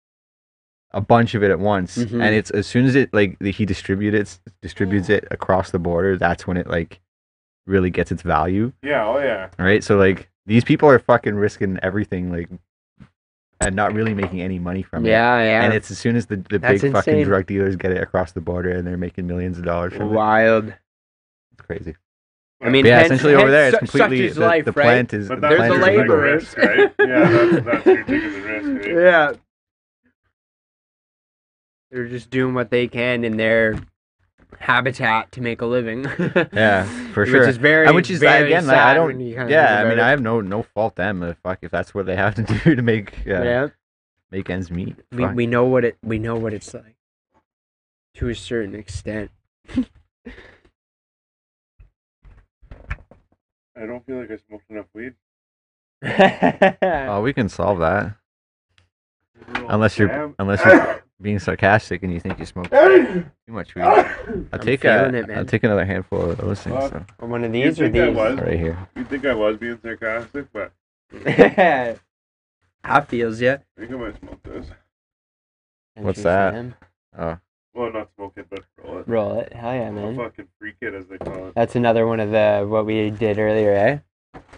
a bunch of it at once,
Mhm.
and it's as soon as it like the, he distributes distributes it across the border. That's when it like really gets its value.
Yeah, oh yeah.
All right, so like these people are fucking risking everything, like, and not really making any money from it.
Yeah. Yeah.
And it's as soon as the, the
That's
big fucking
insane.
drug dealers get it across the border and they're making millions of dollars from it.
wild.
It's crazy.
I mean,
But yeah,
hence-
essentially
hence
over there, it's
su- such
completely
is
the,
life,
the
right?
plant is
But
the
that's
There's
plant is
a
taking
labor.
illegal.
risk, right? Yeah, that's that's you're taking the risk, right?
Yeah. They're just doing what they can in their habitat to make a living.
Yeah, for sure.
Which is very,
And which is
very
again, like,
sad
I
when
don't.
you kinda
Yeah,
think
I mean,
about
I
it.
have no no fault them. If fuck, if that's what they have to do to make yeah,
yeah.
make ends meet.
We,
fuck.
we know what it we know what it's like to a certain extent.
I don't feel like I smoked enough weed.
oh, we can solve that unless you're
Damn.
unless you're being sarcastic and you think you smoke too much weed. I'll take a,
feeling it, man.
will take another handful of those things
Fuck.
though,
One of
You
these or
think I
these.
was?
right here.
You think I was being sarcastic, but
I feels yeah.
I think I might smoke this.
What's that? Oh,
Well, not smoke it, but roll it.
Roll it. Hell yeah,
I'll
man.
fucking freak it, as they call it.
That's another one of the what we did earlier, eh?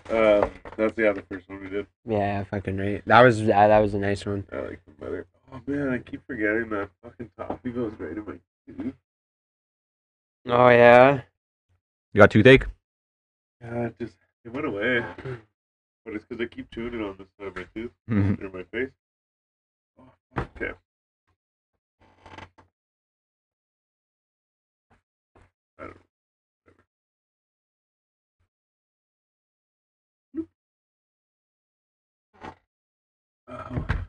Uh, that's the other first one we did.
Yeah, fucking right. That was ah, that was a nice one.
I like the butter. Oh man, I keep forgetting that fucking toffee goes right in my tooth.
Oh yeah.
you got toothache?
Yeah, it just it went away. But it's because I keep chewing it on this side of my tooth
Mhm.
or my face. Oh, okay. I don't know. Whatever. Oh.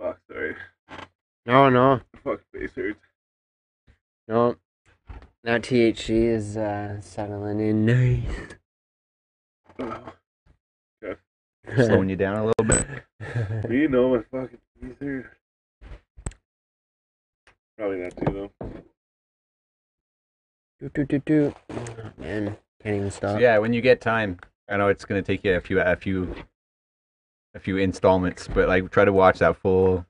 Fuck, sorry.
No, no,
Fuck, face hurts.
no. Now THC is uh, settling in nice.
Slowing you down a little bit.
Do you know my fucking teeth hurt? Probably not too though.
Doot, doot, doot, doot. Oh, Man, can't even
So
stop.
yeah, when you get time, I know it's gonna take you a few a few a few installments, but like try to watch that full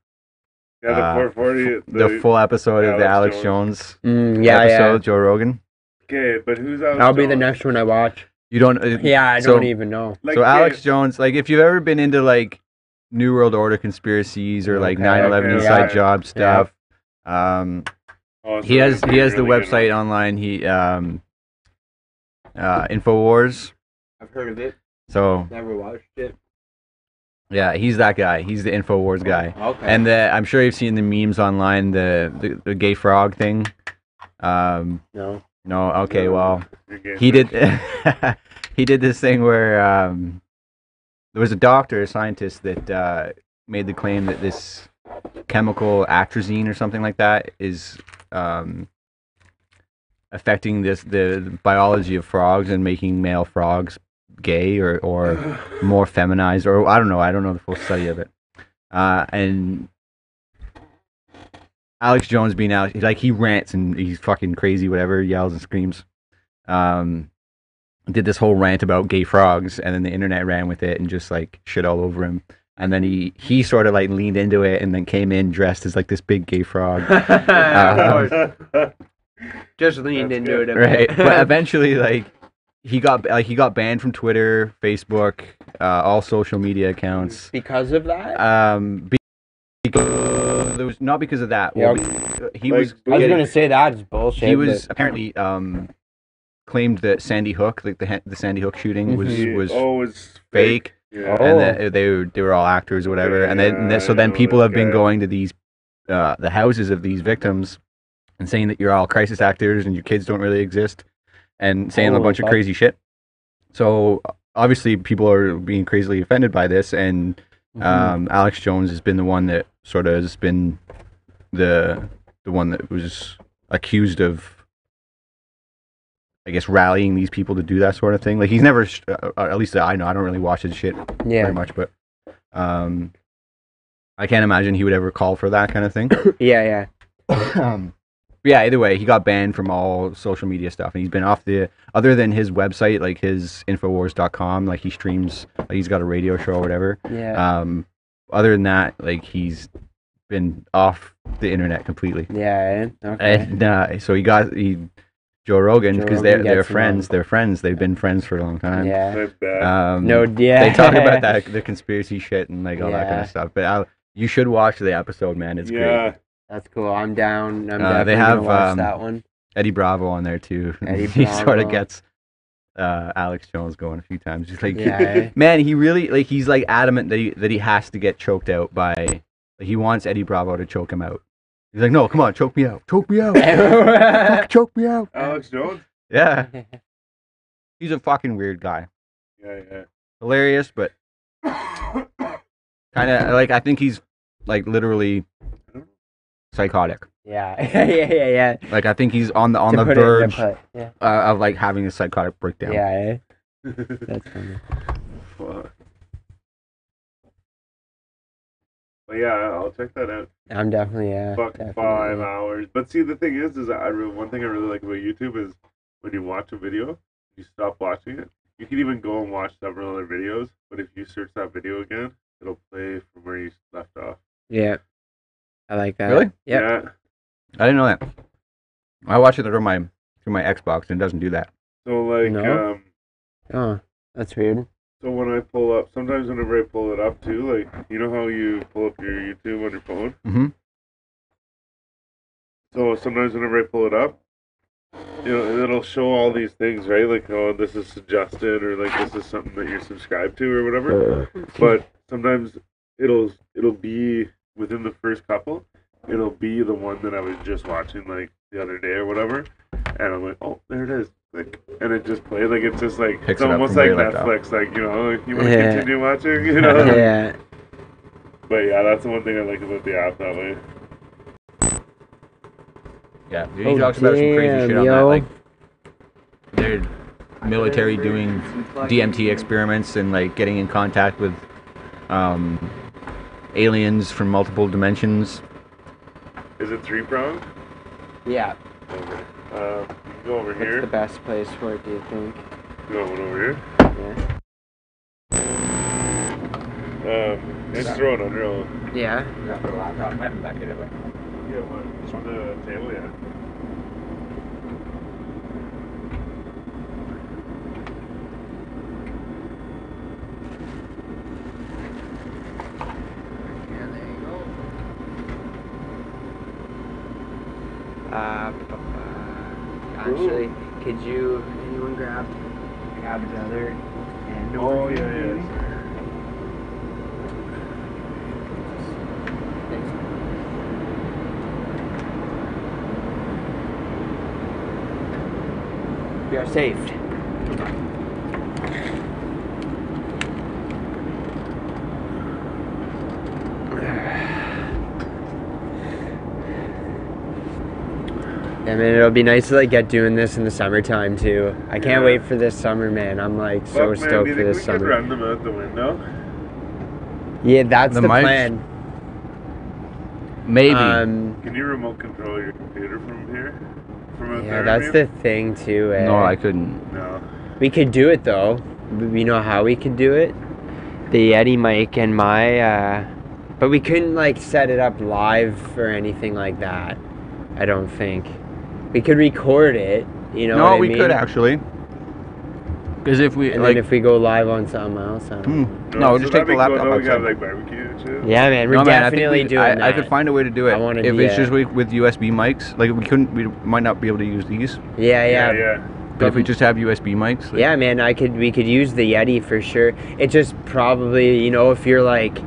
Yeah, the
Uh,
440.
the full episode of the
Alex
Alex Jones,
Mm, yeah,
episode,
yeah.
Joe Rogan.
Okay, but who's out?
That'll be the next one I watch.
You don't. uh,
Yeah, I
So-
don't even know.
Like,
so
okay,
Alex Jones, like if you've ever been into like New World Order conspiracies or like
Okay,
9/11
okay,
inside
yeah.
job stuff, um,
Oh, so
he has
that'd be
he has
a
the
really good
website online. He um, uh, Infowars.
I've heard of it.
So
Never watched it.
yeah, he's that guy. He's the Infowars guy.
Okay.
And the, I'm sure you've seen the memes online, the the, the gay frog thing. Um,
No.
no, okay,
Yeah.
well,
one. You're
he
getting
did he did this thing where um, there was a doctor a scientist that uh, made the claim that this chemical atrazine or something like that is um, affecting this the biology of frogs and making male frogs gay or, or more feminized or i don't know i don't know the full study of it uh, and alex jones being out like he rants and he's fucking crazy whatever yells and screams um, did this whole rant about gay frogs, and then the internet ran with it and just like shit all over him. And then he he sort of like leaned into it, and then came in dressed as like this big gay frog, uh,
good.
Just leaned
That's
into
good.
it a
right?
bit.
but eventually, like he got like he got banned from Twitter, Facebook, uh, all social media accounts.
Because of that?
Um, be- because there was not because of that. Well, be- he
Like,
was.
I
I was
getting-
gonna say that's bullshit.
he was
but-
apparently um, claimed that Sandy Hook, like the Han- the Sandy Hook shooting, was
Yeah,
was
oh, it's
fake.
Yeah.
Oh.
and that they were- they were all actors or whatever. And then and then- so
Yeah, I
then
know
people
this
have been
guy.
going to these uh, the houses of these victims and saying that you're all crisis actors and your kids don't really exist and saying a
Holy
bunch of
fuck.
crazy shit. So obviously people are being crazily offended by this, and
Mhm.
um, Alex Jones has been the one that sort of has been the the one that was accused of. I guess rallying these people to do that sort of thing. Like he's never, sh- uh, uh, at least that I know, I don't really watch his shit
yeah,
very much, but um, I can't imagine he would ever call for that kind of thing.
yeah, yeah.
um, but yeah, either way, he got banned from all social media stuff, and he's been off the other than his website, like his infowars.com, like he streams, like he's got a radio show or whatever.
Yeah.
Um, other than that, like he's been off the internet completely,
Yeah. eh? Okay.
and uh, so he got he. Joe Rogan,
Joe
because
Rogan
they're
gets
they're
him on.
friends. They're friends. They've been friends for a long time.
yeah.
That's bad.
Um,
no. Yeah.
they talk about that the conspiracy shit and like all that kind
Yeah.
of stuff. But i you should watch the episode, man. It's
yeah.
great.
That's cool. I'm down. I'm definitely
Uh, they
gonna
have,
watch
um,
that one.
Eddie Bravo on there too.
Eddie
he sort
Bravo.
of gets uh, Alex Jones going a few times. He's like,
Yeah. eh?
man, he really like he's like adamant that he that he has to get choked out by. Like, he wants Eddie Bravo to choke him out. He's like, no, come on, choke me out, choke me out, Fuck, choke me out.
Alex Jones.
Yeah, he's a fucking weird guy.
Yeah, yeah.
Hilarious, but kind of like I think he's like literally psychotic.
yeah. yeah. Yeah. Yeah.
Like I think he's on the on
To
the
put it into
verge uh,
put- Yeah.
of like having a psychotic breakdown.
Yeah. eh? That's funny.
Fuck. But yeah, I'll check that out.
I'm definitely yeah.
Fuck five
definitely.
hours. But see, the thing is, is I re- one thing I really like about YouTube is when you watch a video, you stop watching it. You can even go and watch several other videos, but if you search that video again, it'll play from where you left off.
Yeah. I like that.
Really?
Yeah.
Yeah.
I didn't know that. I watch it through my through my Xbox and it doesn't do that.
So like,
No?
um,
Oh, that's weird.
so when I pull up, sometimes whenever I pull it up too, like you know how you pull up your YouTube on your phone.
Mhm.
So sometimes whenever I pull it up, you know, it'll show all these things, right? Like, oh, this is suggested, or like this is something that you're subscribed to, or whatever.
Uh-huh.
But sometimes it'll it'll be within the first couple, it'll be the one that I was just watching like the other day or whatever, and I'm like, oh, there it is. Like, and it just played like it's just like it's
Picks it up
almost
from oh.
like
where you left off.
Netflix, like you know, like, you want to
Yeah.
continue watching, you know.
Yeah.
But yeah, that's the one thing I like about the app that way.
Yeah, dude, he
Oh,
talks about some crazy
damn,
shit on that.
yo.
Like, they're military doing DMT experiments and like getting in contact with um, aliens from multiple dimensions.
Is it three prong?
Yeah.
Okay. Uh, you can go over
What's the
here.
best place for it? Do you think?
Go one over here.
Yeah.
Um, just throw it under. I'll
Yeah.
get one. Just on the table, yeah.
Uh, bu- bu- bu- actually, could you? Anyone grab? Grab the other. And
Oh, yeah, yeah.
We are saved. I mean, it'll be nice to like get doing this in the summertime too. I can't
Yeah.
wait for this summer, man. I'm like so
Fuck, man,
stoked
do you
for
think
this
we could
summer.
run them out the window?
Yeah, that's
The
the,
mics?
plan.
Maybe.
Um,
Can you remote control your computer from here? From out
yeah,
there,
that's
maybe?
the thing too. Eh?
no, I couldn't.
No.
We could do it though. We- We know how we could do it. The Yeti mic and my, uh, but we couldn't like set it up live or anything like that. I don't think. We could record it. You know. what
no,
I
we
mean?
could actually. Because if we
And
like,
then if we go live on something else, I don't
Hmm. no,
so that'd
just take
be
the
cool.
laptop
Now we
outside.
got like barbecue and shit.
Yeah, man, we're
No, man, I think
definitely
we-
doing
I,
that.
I could find a way to do it.
I wanna
if
do
it's
that.
just with, with USB mics, like we couldn't, we might not be able to use these.
Yeah, yeah,
Yeah,
yeah,
yeah.
But if we just have USB mics, like,
man. I could. We could use the Yeti for sure. It just probably, you know, if you're like,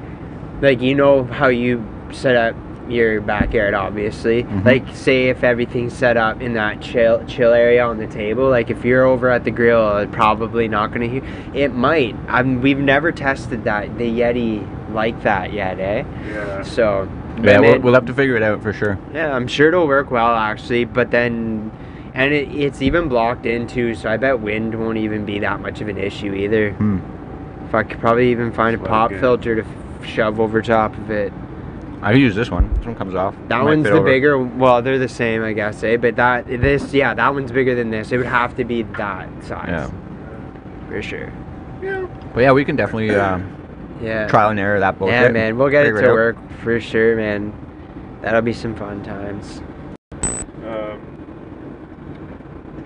like you know how you set up your backyard, obviously.
Mhm.
Like, say if everything's set up in that chill chill area on the table. Like, if you're over at the grill, it's probably not gonna hear. It might. I'm. We've never tested that the Yeti like that yet, eh?
Yeah.
So.
yeah,
man,
we'll,
it-
we'll have to figure it out for sure.
Yeah, I'm sure it'll work well actually, but then and it, it's even blocked in too, so I bet wind won't even be that much of an issue either.
Hmm.
If I could probably even find a
Plug
pop
in.
filter to f- shove over top of it.
I could use this one. This one comes off.
That
Might
one's
fit
the
over.
bigger. Well, they're the same, I guess, eh? But that this, yeah, that one's bigger than this. It would have to be that size.
Yeah.
for sure.
But yeah, we can definitely um,
Yeah.
trial and error that bullshit.
Yeah, man, we'll get it
Figure
to
out.
work for sure, man. That'll be some fun times.
Um,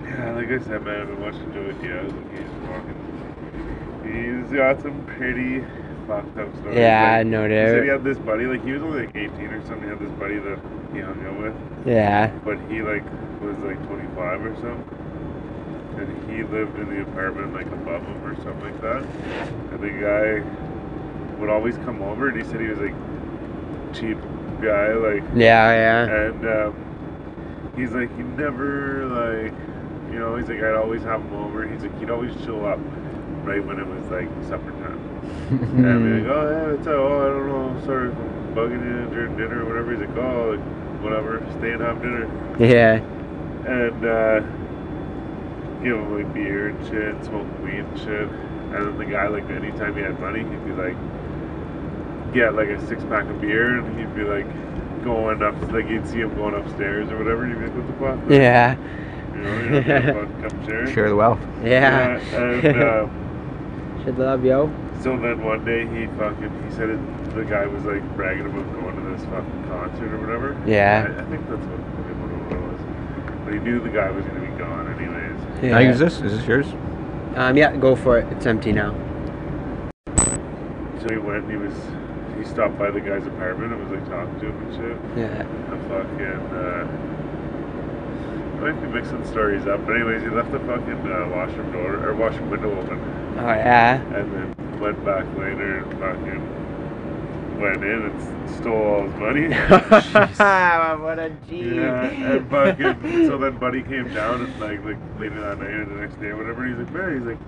yeah, like I said, man, I've been watching Joey Diaz. Like he's walking. He's got some pretty fucked up stories.
Yeah,
like,
no
He said he
doubt.
had this buddy, like he was only like 18 or something. He had this buddy that he hung out with,
Yeah.
but he like was like 25 or something, and he lived in the apartment like above him or something like that. And the guy would always come over, and he said he was like cheap guy, like
Yeah, yeah.
and um, he's like, he never like, you know, he's like, I'd always have him over. He's like, he'd always show up right when it was like supper time. and I'd
Hmm.
Hmm.
be like, oh yeah, it's uh, oh I don't know, sorry, if I'm bugging you during dinner or whatever. He's like, oh, like, whatever, stay and have dinner.
Yeah.
And uh, give him like beer and shit, smoke weed and shit. And then the guy, like, anytime he had money, he'd be like, get like a six pack of beer, and he'd be like, going up, like, you'd see him going upstairs or whatever. You'd be like, what the fuck?
Yeah.
You know, you're not gonna fuck come share.
Share the wealth.
Yeah.
and uh,
Should love, yo.
so then one day he fucking, he said it, the guy was like bragging about going to this fucking concert or whatever.
Yeah.
I, I think that's what, what it was. But he knew the guy was gonna be gone anyways.
Can I use this? Is this yours?
Um, yeah, go for it. It's empty now.
So he went and he was he stopped by the guy's apartment and was like talking to him and shit.
Yeah.
And fucking uh I might be mixing stories up, but anyways, he left the fucking uh, washroom door or washroom window open,
Oh yeah.
and then went back later and fucking went in and s- stole all his money.
what a G.
yeah, and fucking so then Buddy came down and like like later that night or the next day or whatever. And he's like, man, he's like,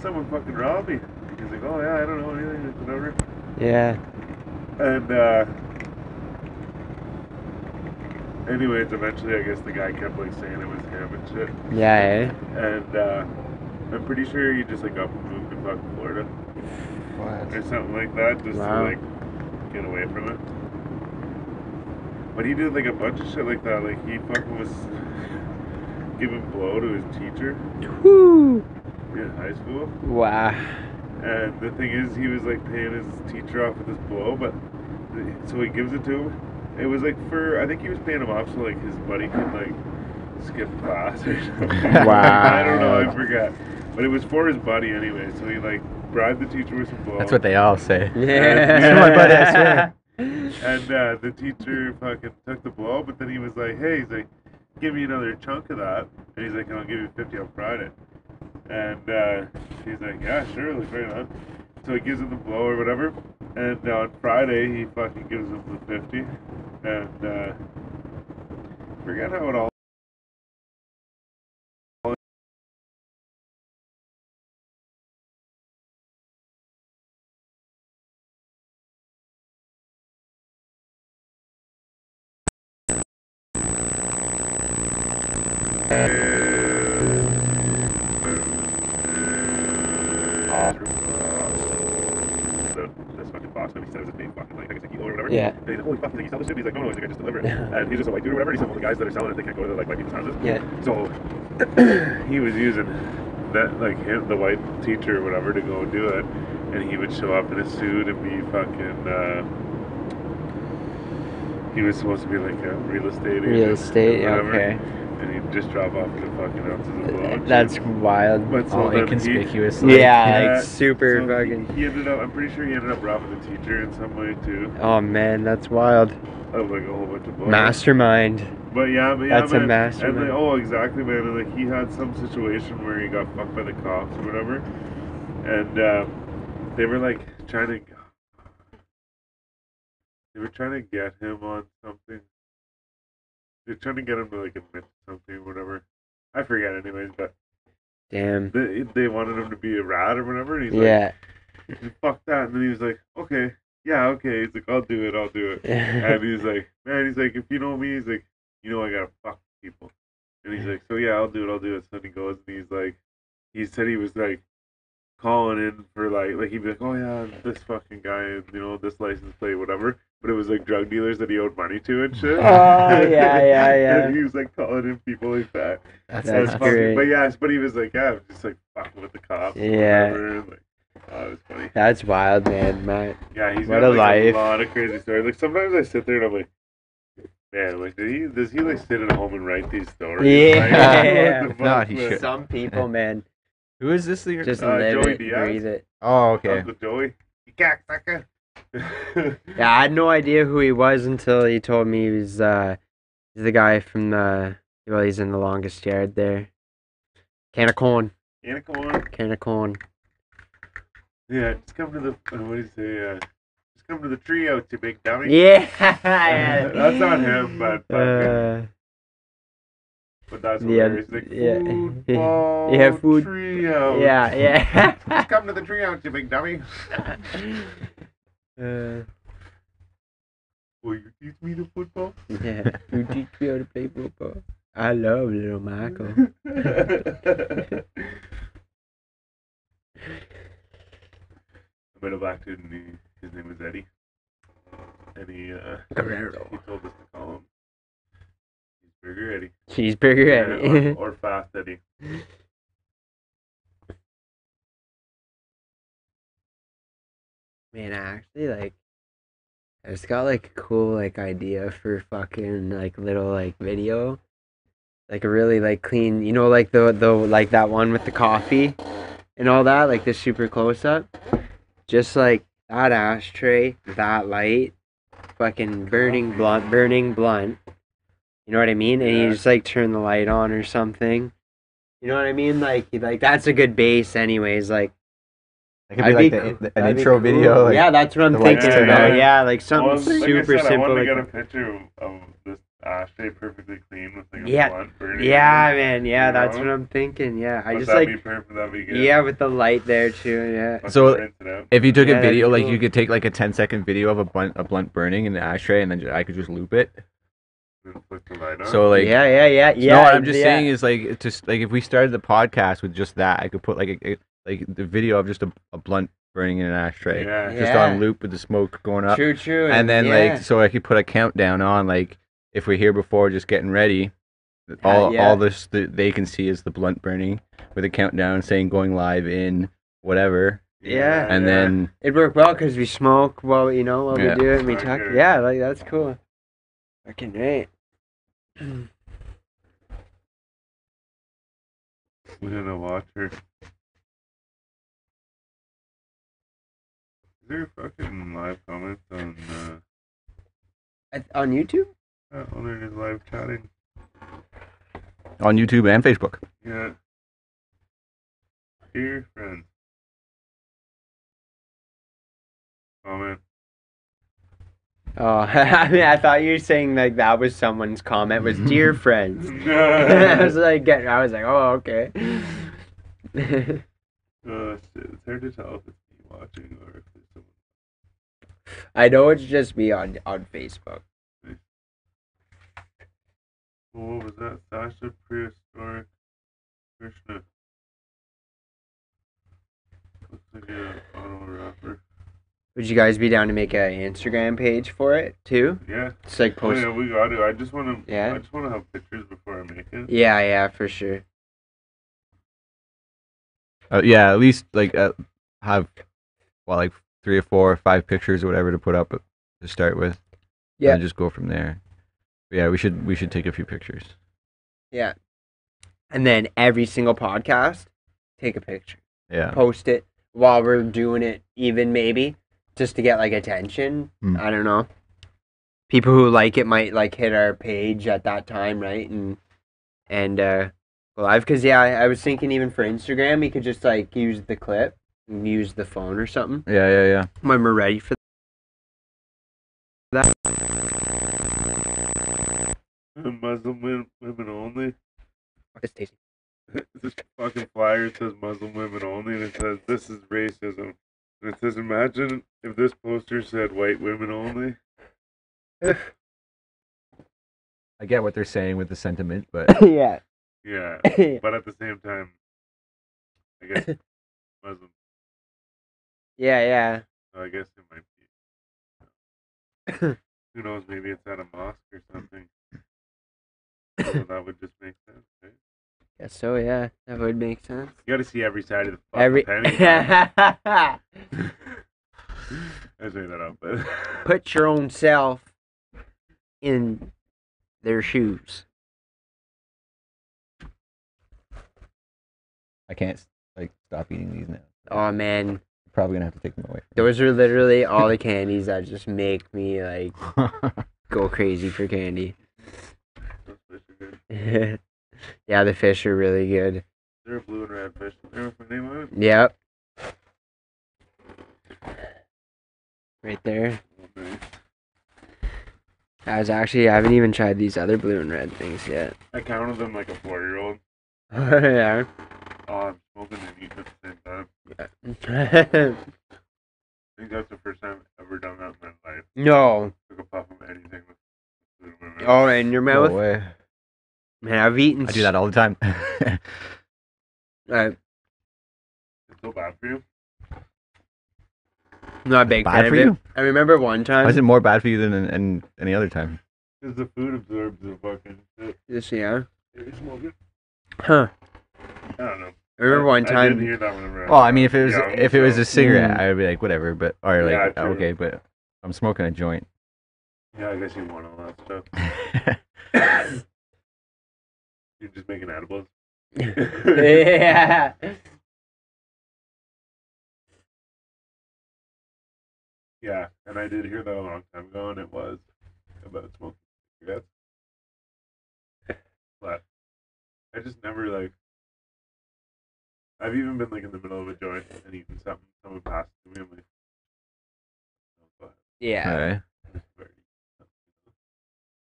someone fucking robbed me. He's like, oh yeah, I don't know anything, like, whatever.
yeah.
And uh, anyways, eventually, I guess the guy kept like saying it was him and shit.
Yeah, eh?
And uh, I'm pretty sure he just like up and moved to fucking Florida or something like that, just to
Wow.
like get away from it. But he did like a bunch of shit like that. Like he fucking was giving blow to his teacher
Woo!
in high school.
Wow.
And the thing is, he was like paying his teacher off with his blow, but so he gives it to him. It was like for I think he was paying him off so like his buddy could like skip class or something. I don't know, I
Wow.
forgot. But it was for his buddy anyway, so he like bribed the teacher with some blow.
That's what they all say.
Yeah.
my buddy, I swear.
And uh, the teacher fucking took the blow, but then he was like, "Hey, he's like, give me another chunk of that," and he's like, "I'll give you fifty on Friday." And uh, he's like, "Yeah, sure, like right on." So he gives him the blow or whatever, and on Friday he fucking gives him the fifty, and uh, forget how it all. So this fucking boss, maybe he said it was his name, fucking like, I guess like Elo or whatever.
Yeah.
And he's like, holy fuck, did he sell this shit? He's like, "Oh, no, no, he's like, I just deliver it. and he's just a white dude or whatever. He's like, well, the guys that are selling it, they can't go to like white people's houses.
Yeah.
So he was using that, like, him, the white teacher or whatever, to go do it. And he would show up in a suit and be fucking, uh, he was supposed to be like a real estate agent.
Real estate,
or whatever.
okay. Uh,
And he'd just drop off the fucking ounces of blow. and shit.
That's wild.
But so
All
then he-
Oh, inconspicuous. like-
Yeah,
Yeah,
like super
so
fucking.
He, he ended up. I'm pretty sure he ended up robbing the teacher in some way too.
Oh man, that's wild.
Of like a whole bunch of bullshit.
Mastermind.
But yeah, but yeah,
That's a
man.
master,
And
man.
like, oh, exactly, man. And like he had some situation where he got fucked by the cops or whatever, and um, they were like trying to. They were trying to get him on something. They're trying to get him to like admit something, or whatever. I forget, anyways. But
Damn.
they they wanted him to be a rat or whatever, and he's like,
Yeah.
fuck that. And then he was like, okay, yeah, okay. He's like, I'll do it, I'll do it. And he's like, man, he's like, if you know me, he's like, you know I gotta fuck people. And he's like, so yeah, I'll do it, I'll do it. So then he goes and he's like, he said he was like calling in for like, like he'd be like, oh yeah, this fucking guy, you know, this license plate, whatever. But it was like drug dealers that he owed money to and shit.
Oh, yeah, yeah, yeah.
and he was like calling in people like that.
That's,
So it's
That's
nuts.
fucking-
great.
But yeah, it's- but he was like, yeah, I'm just like fucking with the cops. and
Yeah.
whatever, and, Like, oh, it was funny.
That's wild, man. My,
Yeah, he's
What
got
a
like,
life.
a lot of crazy stories. Like sometimes I sit there and I'm like, man, like did he does he like sit at home and write these stories? Like,
Yeah.
what the
No,
fuck,
he
man?
should.
some people, man,
Who is this? leader?
just
Uh,
live
Joey
it,
Diaz?
breathe it.
oh, okay.
Uncle Joey. You cocksucker.
Yeah, I had no idea who he was until he told me he was uh, he's the guy from the well, he's in the longest yard there. Can of corn,
Anna Corn.
can of corn.
Yeah, just come to the uh, what do you say? Uh, just come to the trio, you big dummy.
Yeah,
That's not him, but- but-
uh,
But that's
Yeah,
hilarious. Like,
yeah.
football
Yeah, food-
trio.
yeah, yeah.
Just come to the trio, you big dummy.
uh,
Will you teach me the football?
yeah, you teach me how to play football. I love little Michael.
I met a black dude, and he, his name was Eddie. And he, uh,
Guerrero.
he told us to call him Cheeseburger Eddie.
Cheeseburger
Or-
Eddie.
Or, Fast Eddie.
Man, I actually like I just got like a cool like idea for fucking like little like video. Like a really like clean you know like the the like that one with the coffee and all that, like this super close up. Just like that ashtray, that light, fucking burning blunt burning blunt. You know what I mean? And you
Yeah.
just like turn the light on or something. You know what I mean? Like like that's a good base anyways, like
It could be
I'd
like
be
the,
cool.
the- an
That'd be
intro
cool.
video. Like,
yeah, that's what I'm
the lights
thinking
turned
about.
on.
Yeah, like something
Well, like
super
I said, I
simple.
want to
Like
get a picture of, of this ashtray perfectly clean with like a
Yeah.
blunt burning.
yeah, man. Yeah,
You
that's
know?
what I'm thinking. Yeah, I
Would
just
that
like
be perfect? That'd be good.
yeah, with the light there too. Yeah.
Fucking
So-
rinse it out.
If you took
Yeah,
a
that'd
video,
be
like
cool.
you could take like a 10 second video of a blunt, a blunt burning in the ashtray, and then ju- I could just loop it.
and put the light on.
So like
yeah, yeah, yeah, yeah.
no, what I'm just
yeah.
saying is like just like if we started the podcast with just that, I could put like a, a- like the video of just a, a blunt burning in an ashtray,
yeah.
just
Yeah.
on loop with the smoke going up,
True, true.
uh, and then
yeah.
like so I could put a countdown on like if we're here before just getting ready, all
Uh, yeah.
all this that they can see is the blunt burning with a countdown saying going live in whatever,
Yeah.
and then
It'd work well because we smoke while you know while
Yeah.
we do it and we
Right
talk.
here.
Yeah, like that's cool. Fucking right.
We're gonna watch her. Is there fucking live comments on uh
At- On YouTube?
uh, oh there it is live chatting?
on YouTube and Facebook.
Yeah. Dear friends. Comment.
Oh, I mean, I thought you were saying like that was someone's comment was dear friends. I was
oh
like, getting, I was like, oh, okay.
Uh, shit, it's hard to tell if it's me watching or if it's someone
I know it's just me on on Facebook.
Well, Oh, what was that? Sasha prehistoric Krishna. Looks like a auto rapper.
Would you guys be down to make an Instagram page for it too?
Yeah.
It's like
Oh
post.
yeah, we got it. I just want to.
Yeah.
I just want to have pictures before I make it.
Yeah, yeah, for sure.
Uh, yeah, at least like uh, have well like three or four or five pictures or whatever to put up uh, to start with.
Yeah.
and then just go from there. But yeah, we should we should take a few pictures.
Yeah. And then every single podcast, take a picture,
Yeah,
post it while we're doing it, even maybe just to get like attention.
Mm.
I don't know. People who like it might like hit our page at that time, right? And and uh go live because yeah, I, I was thinking even for Instagram, we could just like use the clip, and use the phone or something
yeah, yeah, yeah.
when we're ready for that.
Muslim women, women only.
It's tasty.
this fucking flyer says Muslim women only, and it says this is racism. And it says, imagine if this poster said white women only.
I get what they're saying with the sentiment, but
yeah.
Yeah. But at the same time, I guess Muslim.
Yeah, yeah.
So I guess it might be. Who knows? Maybe it's at a mosque or something. so that would just make sense, right?
Guess so, yeah. That would make sense.
You got to see every side of the fucking
Every
penny. I made that up, but
put your own self in their shoes.
I can't like stop eating these now.
Oh man,
Probably gonna have to take them away.
those are literally all the candies that just make me like
From
go crazy for candy. yeah, the fish are really good.
they're blue and red fish. Is there with my name on it?
Yep. Right there.
Okay.
I was actually I haven't even tried these other blue and red things yet.
I counted them like a four-year-old.
yeah.
Oh, I'm smoking and eating at the same time. I think that's the first time I've ever done that in my life.
no.
Took a puff of anything with food in my mouth.
Oh, in Oh, your mouth.
way.
Man, I've eaten.
I do that all the time.
Uh,
It's so bad for you.
not a big fan
bad
of
for
it.
you?
I remember one time.
Why is it more bad for you than an, an, any other time?
Because the food absorbs the fucking shit.
This year.
Are you smoking?
Huh.
I don't know.
I remember one
I didn't
time.
hear that whenever.
Well, I mean, if it was
Yeah,
if it was
so-
a cigarette,
Mm.
I would be like whatever, but or like
Yeah,
oh,
true.
okay, but I'm smoking a joint.
Yeah, I guess you want all that stuff. You're just making edibles.
yeah.
yeah, and I did hear that a long time ago, and it was about smoking cigarettes. But I just never like. I've even been like in the middle of a joint and eating something. Someone passes to me. I'm like, "Oh, fuck,
Yeah.
All right.
I just already eaten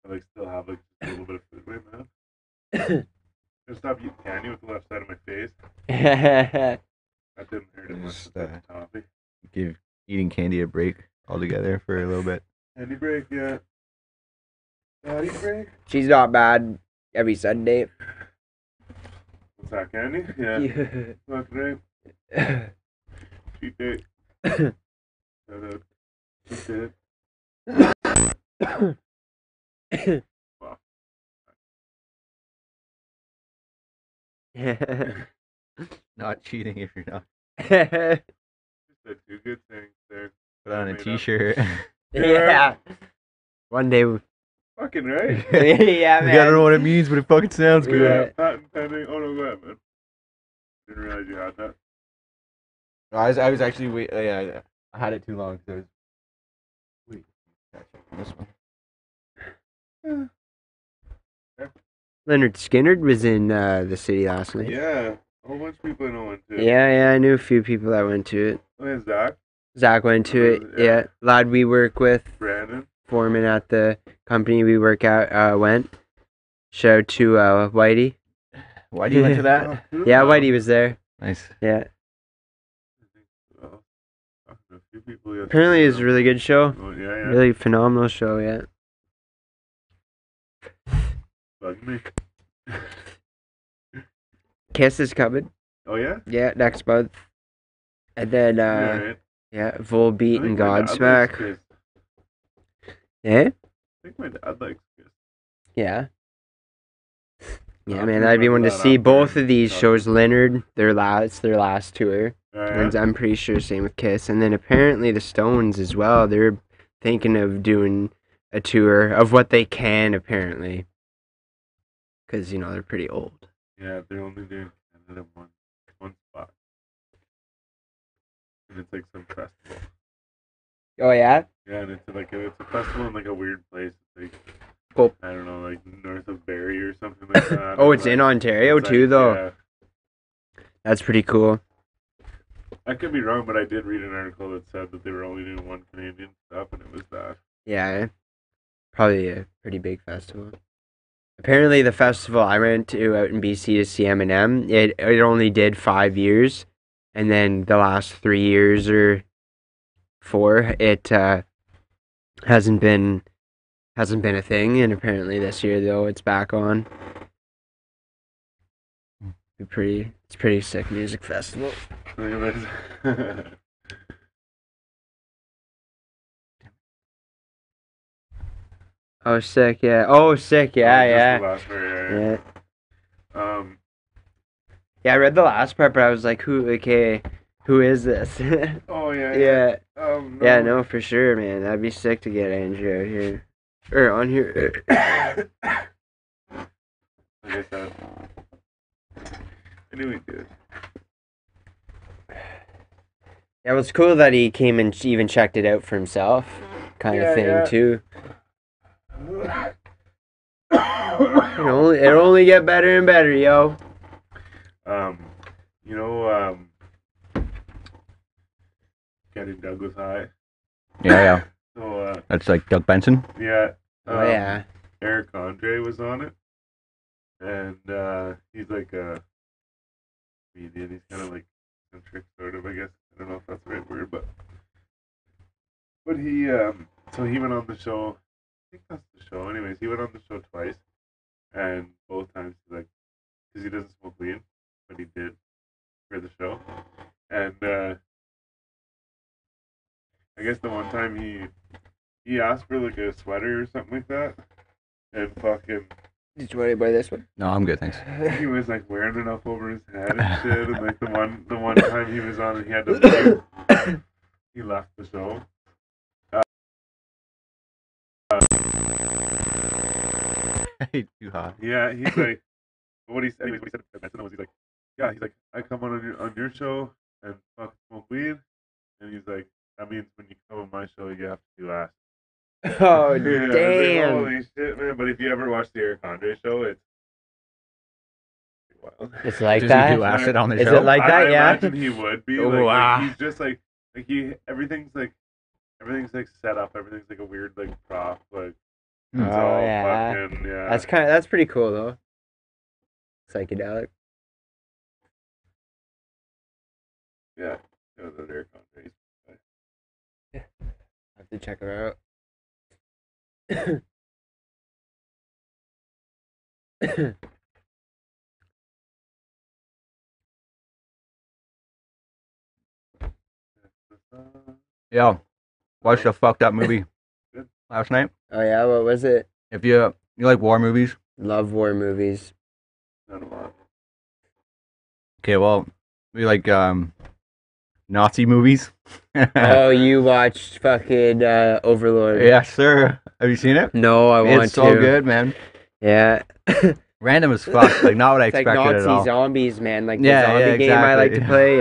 something." I like still have like just a little bit of food in my mouth. I stopped eating candy with the left side of my face. That didn't hurt unless it's
Just,
uh, coffee.
give eating candy a break altogether for a little bit.
Candy break, yeah. Patty break?
She's not bad every Sunday.
What's that, candy? Yeah. Fuck right. Cheat date. Shout out. Cheat date.
Not cheating if you're not.
yeah.
Said two good things there.
Put on a
Made up.
t-shirt.
One day. we-
Fucking right.
yeah,
Like, I don't know
man.
what it means, but it fucking sounds good.
Yeah, patent pending. Oh no, go ahead, man. Didn't realize you had that.
I was, I was actually wait. Uh, yeah, yeah. I had it too long. So I was... Wait, gotta check on this one.
Leonard Skinner was in uh, the city last night. Yeah.
Yeah, a whole bunch of people I know went to.
yeah, I knew a few people that went to it.
Oh, yeah, Zach,
Zach went to it.
Yeah.
Yeah. Lad we work with,
Brandon.
foreman at the company we work at, uh, went. Shout out to uh, Whitey.
Why do you went to that?
Oh,
Uh, Yeah,
Susan.
Whitey was there.
Nice.
Yeah.
Well, talked to Oh, a few people yesterday.
Apparently, it was a really good show.
Oh, yeah, yeah.
Really phenomenal show, yeah.
Bugged me.
Kiss is coming.
Oh yeah.
Yeah, next month. And then,
yeah,
uh,
right.
yeah,
I
Volbeat
think
and
my dad likes
Godsmack.
Kiss.
Yeah?
I think my dad likes Kiss.
Yeah. Yeah,
I'll
man,
check
I'd be
that
one to
out
see
after
both
and
of these
talk.
shows. Leonard, their last, their last tour.
Yeah,
And I'm pretty sure same with Kiss. And then apparently the Stones as well. They're thinking of doing a tour of what they can apparently, because you know they're pretty old.
yeah, they're only doing Canada one, one spot, and it's like some festival.
Oh yeah.
Yeah, and it's like a, it's a festival in like a weird place. It's like
Cool.
I don't know, like north of Barrie or something like that.
Oh,
And,
it's in
like,
Ontario
it's, like,
too, though.
yeah.
That's pretty cool.
I could be wrong, but I did read an article that said that they were only doing one Canadian stuff, and it was that.
Yeah, probably a pretty big festival. Apparently, the festival I went to out in BC to see Eminem, it it only did five years, and then the last three years or four, it uh, hasn't been hasn't been a thing. And apparently, this year though, it's back on. Be Pretty, it's a pretty sick music festival.
Look at this.
Oh, sick, yeah. Oh, sick, yeah,
Just the
yeah,
last word,
yeah.
yeah. Um,
Yeah, I read the last part, but I was like, "Who? Okay, who is this?"
oh yeah,
yeah,
Um,
yeah, no, for sure, man. That'd be sick to get Andrew out here or on here.
Like I said, I knew he'd do it.
Yeah, it was cool that he came and even checked it out for himself, kind
Yeah,
of thing
yeah.
too. It only it only get better and better, yo.
Um, you know, um, getting Douglas High.
Yeah, yeah.
So uh,
That's like Doug Benson.
yeah.
Oh
um,
yeah,
Eric Andre was on it, and uh, he's like a comedian. He's kind of like eccentric, sort of. I guess I don't know if that's the right word, but but he um, so he went on the show. I think that's the show. Anyways, he went on the show twice, and both times he's like, because he doesn't smoke weed, but he did for the show, and uh, I guess the one time he he asked for like a sweater or something like that, and fucking
did you want to buy this one?
No, I'm good, thanks.
he was like wearing it up over his head and shit. And like the one the one time he was on, it, he had to leave. he left the show.
Too hot.
Yeah, he's like, what he said, anyways, what he said to Benson was he's like, yeah, he's like, I come on your, on your show and fuck smoke weed, and he's like, that means when you come on my show, you have to do ass. Yeah, I
Oh
was like,
damn!
Holy shit, man! But if you ever watch the Eric Andre show, it's wild.
It's like
Does he do
that.
acid on the
Is
show?
it like
I-
that?
I
yeah.
imagine he would be.
Oh,
Like, like,
wow.
he's just like like he everything's like everything's like set up. Everything's like a weird like prop. Like
Hmm.
it's
Oh,
all
yeah.
fucking yeah.
That's kind of that's pretty cool though. Psychedelic.
yeah. It was an Eric Andre.
I have to check her out.
Yo, watched a fucked up movie last night.
Oh yeah, what was it?
If you you like war movies,
Love war movies.
Not a lot.
okay, well, we like um, Nazi movies.
oh, you watched fucking uh, Overlord?
yeah, sure. Have you seen it?
No, I want
it's
to.
so good, man.
Yeah.
Random as fuck. Like not what I
It's like
expected at
Nazi
all.
zombies, man. Like the
Yeah,
zombie
yeah,
game I like to
exactly.
play.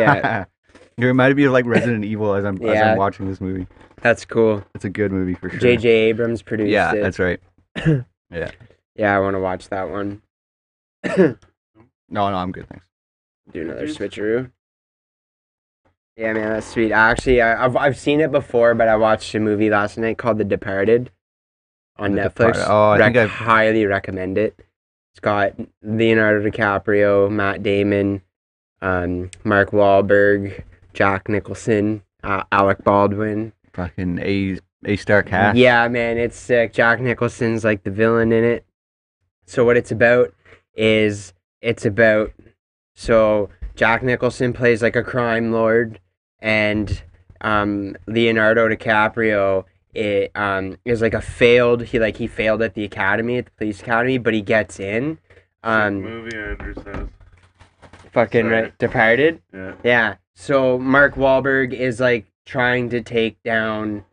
Yeah,
it reminded me of like Resident Evil as I'm as
Yeah.
I'm watching this movie.
that's cool.
It's a good movie for sure.
J.J. Abrams produced
Yeah,
it.
that's right.
Yeah, I want to watch that one.
No, no, I'm good. Thanks.
Do another
Mm-hmm.
Dude.
switcheroo. Yeah, man, that's sweet. Actually, I, I've I've seen it before, but I watched a movie last night called The Departed on
The
Netflix.
Departed. Oh, I
Rec-
think I've-
highly recommend it. It's got Leonardo DiCaprio, Matt Damon, um, Mark Wahlberg, Jack Nicholson, uh, Alec Baldwin.
Fucking a a star cast.
Yeah, man, it's sick. Jack Nicholson's like the villain in it. So what it's about is it's about so Jack Nicholson plays like a crime lord, and um, Leonardo DiCaprio it, um, is like a failed. He like he failed at the academy at the police academy, but he gets in. Um,
movie Andrew says.
fucking
sorry.
right, departed.
Yeah.
Yeah. So Mark Wahlberg is like trying to take down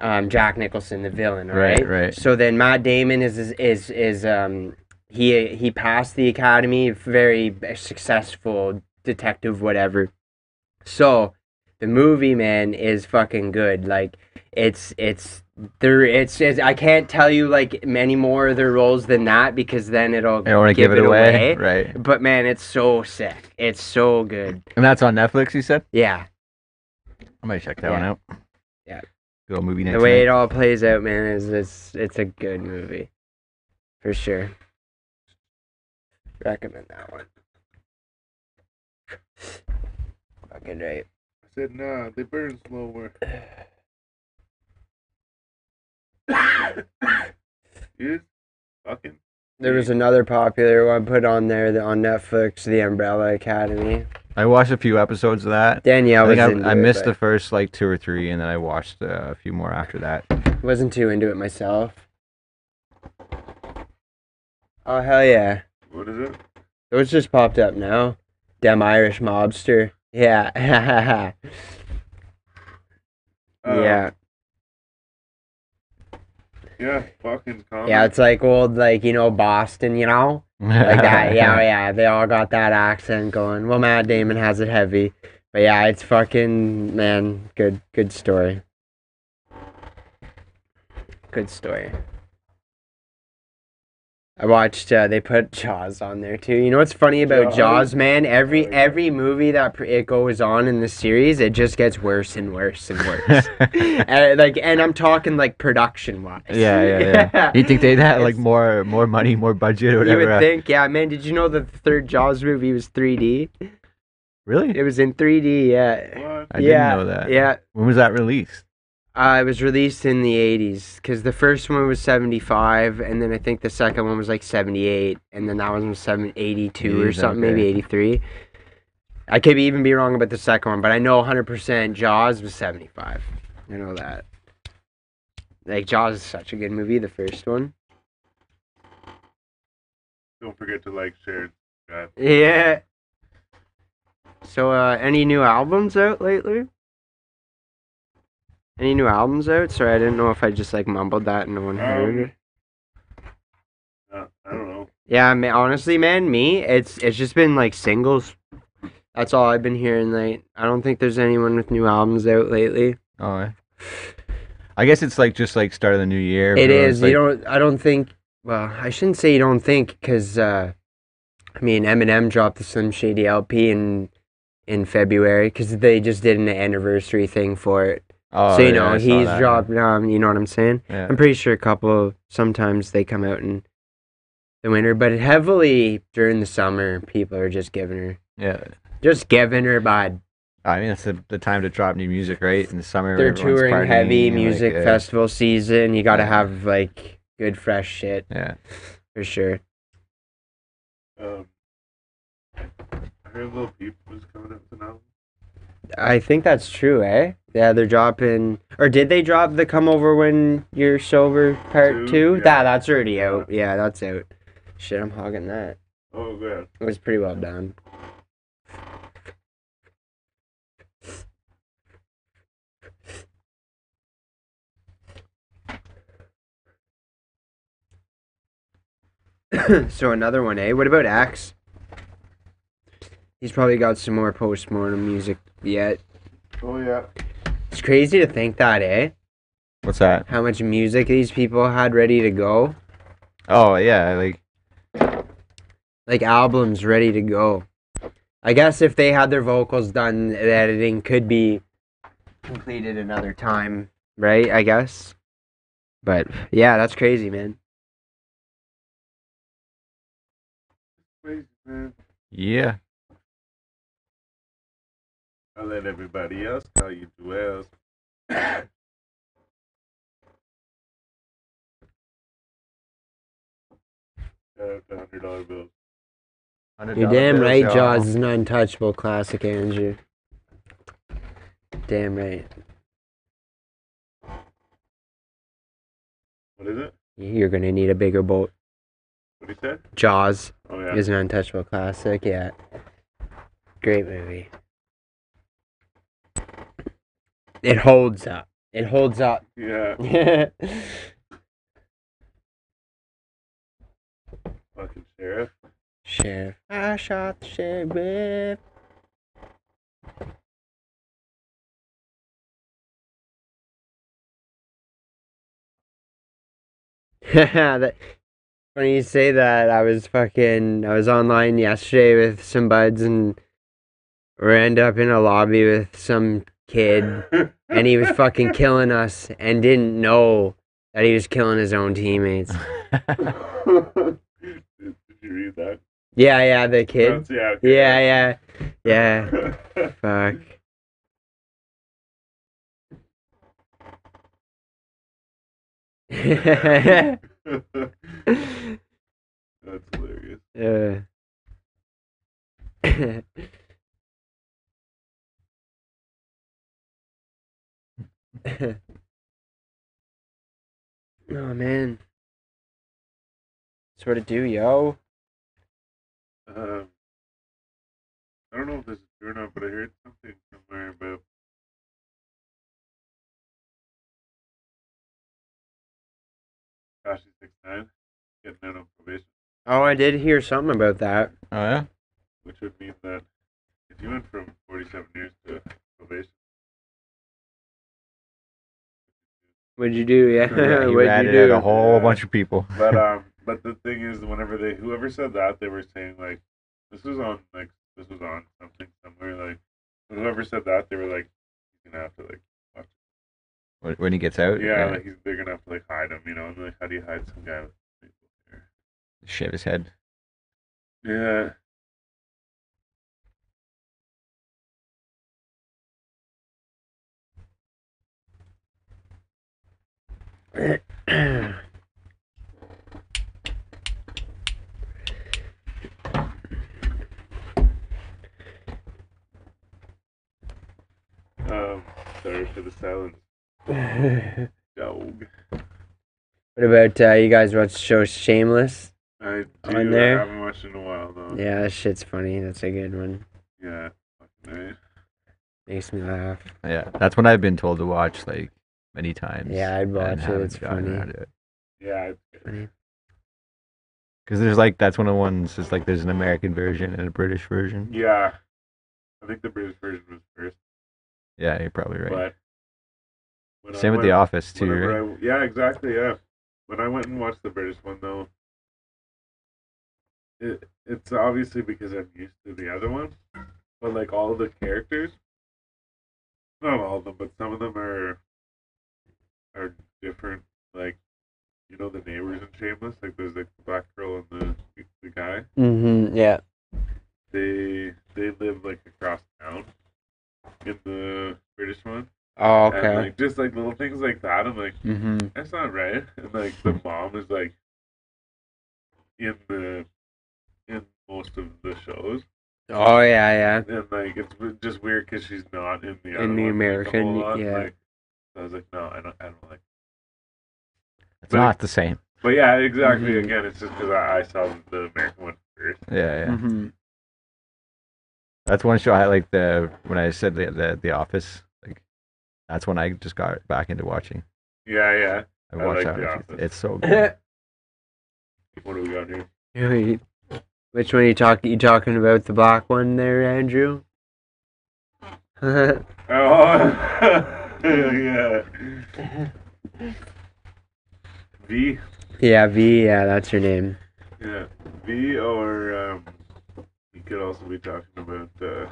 um, Jack Nicholson, the villain. all
Right,
Right.
right.
So then Matt Damon is is is, is um he he passed the academy, very successful detective, whatever. So the movie man is fucking good. Like it's it's there it's, it's I can't tell you like many more of their roles than that because then it'll
I don't want to give, it away. Right.
But man, it's so sick. It's so good.
And that's on Netflix. You said.
Yeah.
I might check that
Yeah.
one out.
Yeah.
Good old movie
the
next
way
week.
it all plays out, man, is it's it's a good movie, for sure. Recommend that one. Fucking right.
I said nah, they burn slower. Dude, fucking.
There was another popular one put on there that on Netflix, The Umbrella Academy.
I watched a few episodes of that.
Danielle
I,
was
think
into
I, I
it,
missed the
but
first like two or three, and then I watched uh, a few more after that.
wasn't too into it myself. Oh hell yeah!
What is it?
Those just popped up now. Damn Irish mobster. Yeah.
Oh,
Uh,
yeah.
Yeah, fucking comedy.
Yeah, it's like old, like you know, Boston, you know, like that. yeah, oh, yeah, they all got that accent going. Well, Matt Damon has it heavy, but yeah, it's fucking man, good, good story. Good story. I watched. Uh, they put Jaws on there too. You know what's funny about
Jaws?
Jaws, man? Every
Oh, yeah.
every movie that pr- it goes on in the series, it just gets worse and worse and worse. and, like, and I'm talking like production wise.
Yeah, yeah, yeah. You think they'd have like
It's-
more, more money, more budget, or whatever?
You would
uh,
think, yeah, man. Did you know the third Jaws movie was 3D?
really?
It was in 3D, yeah.
What?
I
yeah,
didn't know that.
Yeah,
When was that released?
uh, it was released in the 80s because the first one was 75, and then I think the second one was like 78, and then that one was 7, 82 or
Jeez,
something, maybe
okay.
83. I could be- even be wrong about the second one, but I know 100% Jaws was 75. I know that. Like Jaws is such a good movie, the first one.
Don't forget to like, share, and subscribe.
Yeah. So, uh, any new albums out lately? Any new albums out? Sorry, I didn't know if I just like mumbled that and no one heard.
Um, uh, I don't know.
yeah, I mean, honestly, man, me, it's it's just been like singles. That's all I've been hearing. Like, I don't think there's anyone with new albums out lately.
Oh, yeah. I guess it's like just like start of the new year.
It
everyone's,
is.
Like,
you don't. I don't think. Well, I shouldn't say you don't think, because uh, I mean Eminem dropped the Slim Shady LP in in February, because they just did an anniversary thing for it.
Oh,
so you
yeah,
know
I saw
he's
that.
dropped. Um, you know what I'm saying?
Yeah.
I'm pretty sure a couple. Sometimes they come out in the winter, but heavily during the summer, people are just giving her,
Yeah.
just giving her bud.
I mean, it's the, the time to drop new music, right? In the summer.
They're
everyone's
touring
partying,
heavy
like,
music
uh,
festival season. You got to
Yeah.
have like good fresh shit
Yeah.
for sure.
Um, I heard Lil Peep was coming up with an album.
I think that's true, eh? Yeah, they're dropping, or did they drop the "Come Over When You're Sober" part
Two,
two?
yeah.
That that's already out. Yeah, that's out. Shit, I'm hogging that.
Oh, good.
It was pretty well done. so another one, eh? What about Axe? He's probably got some more post-mortem music yet.
Oh, yeah.
It's crazy to think that, eh?
What's that?
How much music these people had ready to go.
Oh yeah, like
like albums ready to go. I guess if they had their vocals done, the editing could be completed another time, right? I guess. But yeah, that's crazy, man.
Crazy, man.
yeah.
I let everybody else tell you who else. Shout out to hundred dollar bills.
You're damn right, Jaws is an untouchable classic, Andrew. Damn right.
What is it?
You're gonna need a bigger boat.
What he said?
Jaws
Oh yeah.
is an untouchable classic, yeah. Great movie. It holds up. It holds up.
yeah.
Shit,
Fucking sheriff.
I shot the sheriff. that, funny you say that. I was fucking. I was online yesterday with some buds and ran up in a lobby with some kid, and he was fucking killing us and didn't know that he was killing his own teammates.
did, did you read that?
Yeah, yeah, the kid.
That's- yeah. okay.
Yeah, yeah, yeah. Fuck. yeah.
That's hilarious.
oh man. That's what it do, yo.
Um, I don't know if this is true or not, but I heard something somewhere about Kashi Six Nine getting out on probation,
Oh, I did hear something about that.
Oh yeah.
which would mean that if you went from forty-seven years to probation,
What'd you do? Yeah.
Oh, yeah he
What'd you
ratted out
do?
a whole bunch of people.
but um, but the thing is, whenever they whoever said that, they were saying like this was on like this was on something somewhere like whoever said that, they were like you're gonna have to like
When when he gets out,
yeah, like he's, they're gonna have to like hide him, you know, and like how do you hide some guy? With
shave his head.
Yeah. Um, Um, sorry for the silence, dog.
what about uh, you guys watch the show Shameless?
I do.
On there?
I haven't watched it in a while though.
Yeah, that shit's funny. That's a good one.
Yeah. Fucking right.
Makes me laugh.
Yeah, that's when I've been told to watch like many times.
Yeah, I'd watch it, it's funny.
Yeah.
Because there's like that's one of the ones. It's like there's an American version and a British version.
Yeah. I think the British version was first,
Yeah, you're probably right.
but when I
Same with
went-
The Office too.
whenever
Right?
I- yeah, exactly. Yeah. When I went and watched the British one, though, it, it's obviously because I'm used to the other one, but like all the characters, not all of them, but some of them are are different. Like you know, the neighbors in Shameless, like there's like the black girl and the the guy.
Mm-hmm. Yeah.
They they live like across town in the British one.
Oh,
And
okay.
like just like little things like that, I'm like,
Mm-hmm.
that's not right. And like the mom is like in the in most of the shows.
Oh yeah,
And like it's w- just weird because she's not in the other
In the
ones, like, a
American,
whole lot,
yeah.
like, so I was like, no, I don't, I don't like.
It's not the same.
But yeah, exactly.
Mhm.
Again, it's just because I, I saw the American one first.
Yeah,
Mm.
yeah.
Mm-hmm.
That's one show I like the when I said the the, the Office. Like, that's when I just got back into watching.
Yeah, yeah.
I
I
watched
like
that.
The
one.
Office.
It's so good.
What do we got here?
yeah. Wait, Which one you talk? You talking about the black one there, Andrew?
Oh, yeah. V,
yeah, V. Yeah, that's her name.
yeah, V, or um, you could also be talking about the uh,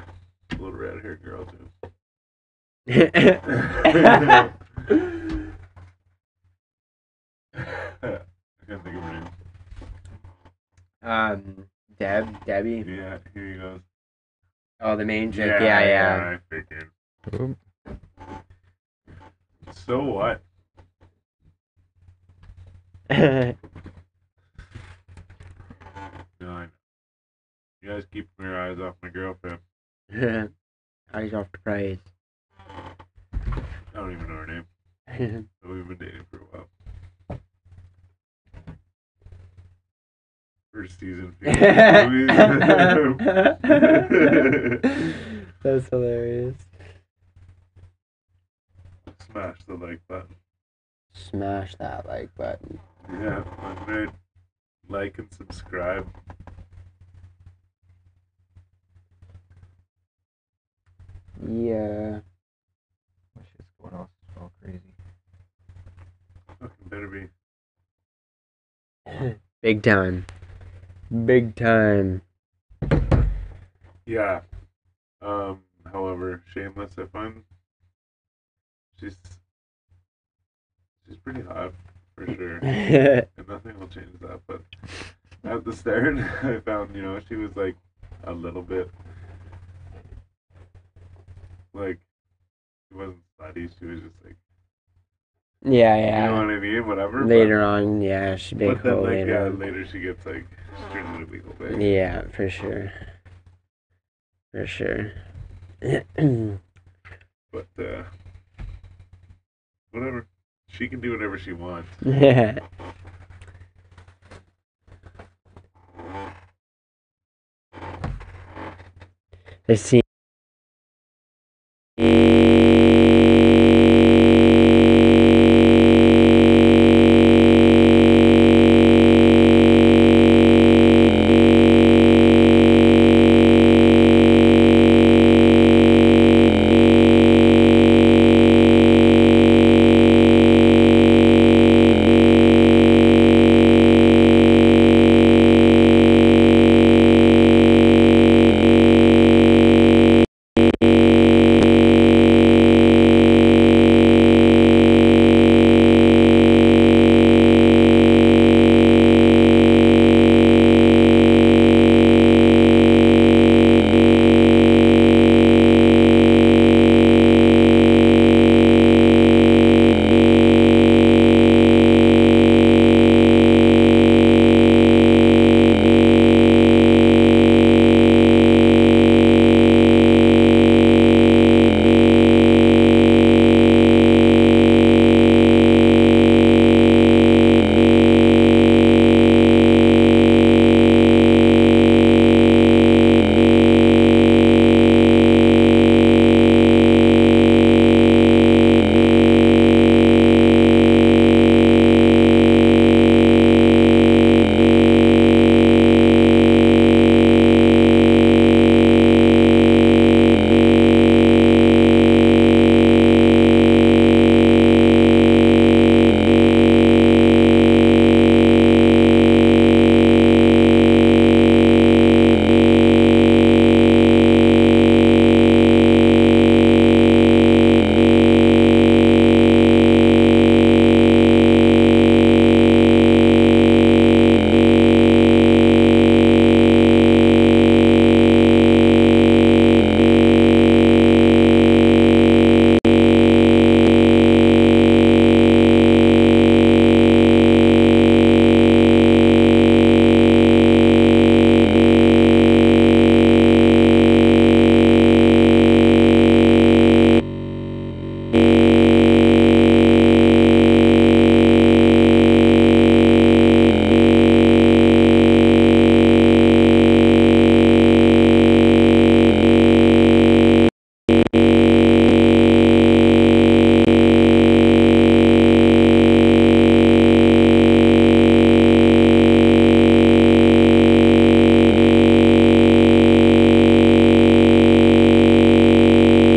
little red-haired girl too. I can't think of her name.
um, Deb, Debbie.
Yeah, here he goes.
Oh, the main chick. Yeah, yeah.
I figured.
Boom.
So what? No, I know. You guys keep your eyes off my girlfriend.
Eyes off the prize.
I don't even know her name. but We've been dating for a while. First season. Smash
That's hilarious.
the like button.
Smash that like button.
Yeah, I'm right. Like and subscribe.
Yeah.
My shit's going off so crazy.
Fucking better be.
Big time. Big time.
Yeah. Um. However, shameless. I find she's she's pretty hot for sure. and nothing will change that. But at the start, I found you know she was like a little bit like she wasn't slutty. She was just like
Yeah,
you know
yeah.
what I mean, whatever. but-
Later on, yeah, she big
but then
hole
like yeah,
later.
later she gets like she turns into legal
on.
big.
Yeah, for sure. For sure.
But uh, whatever, she can do whatever she wants.
yeah. I see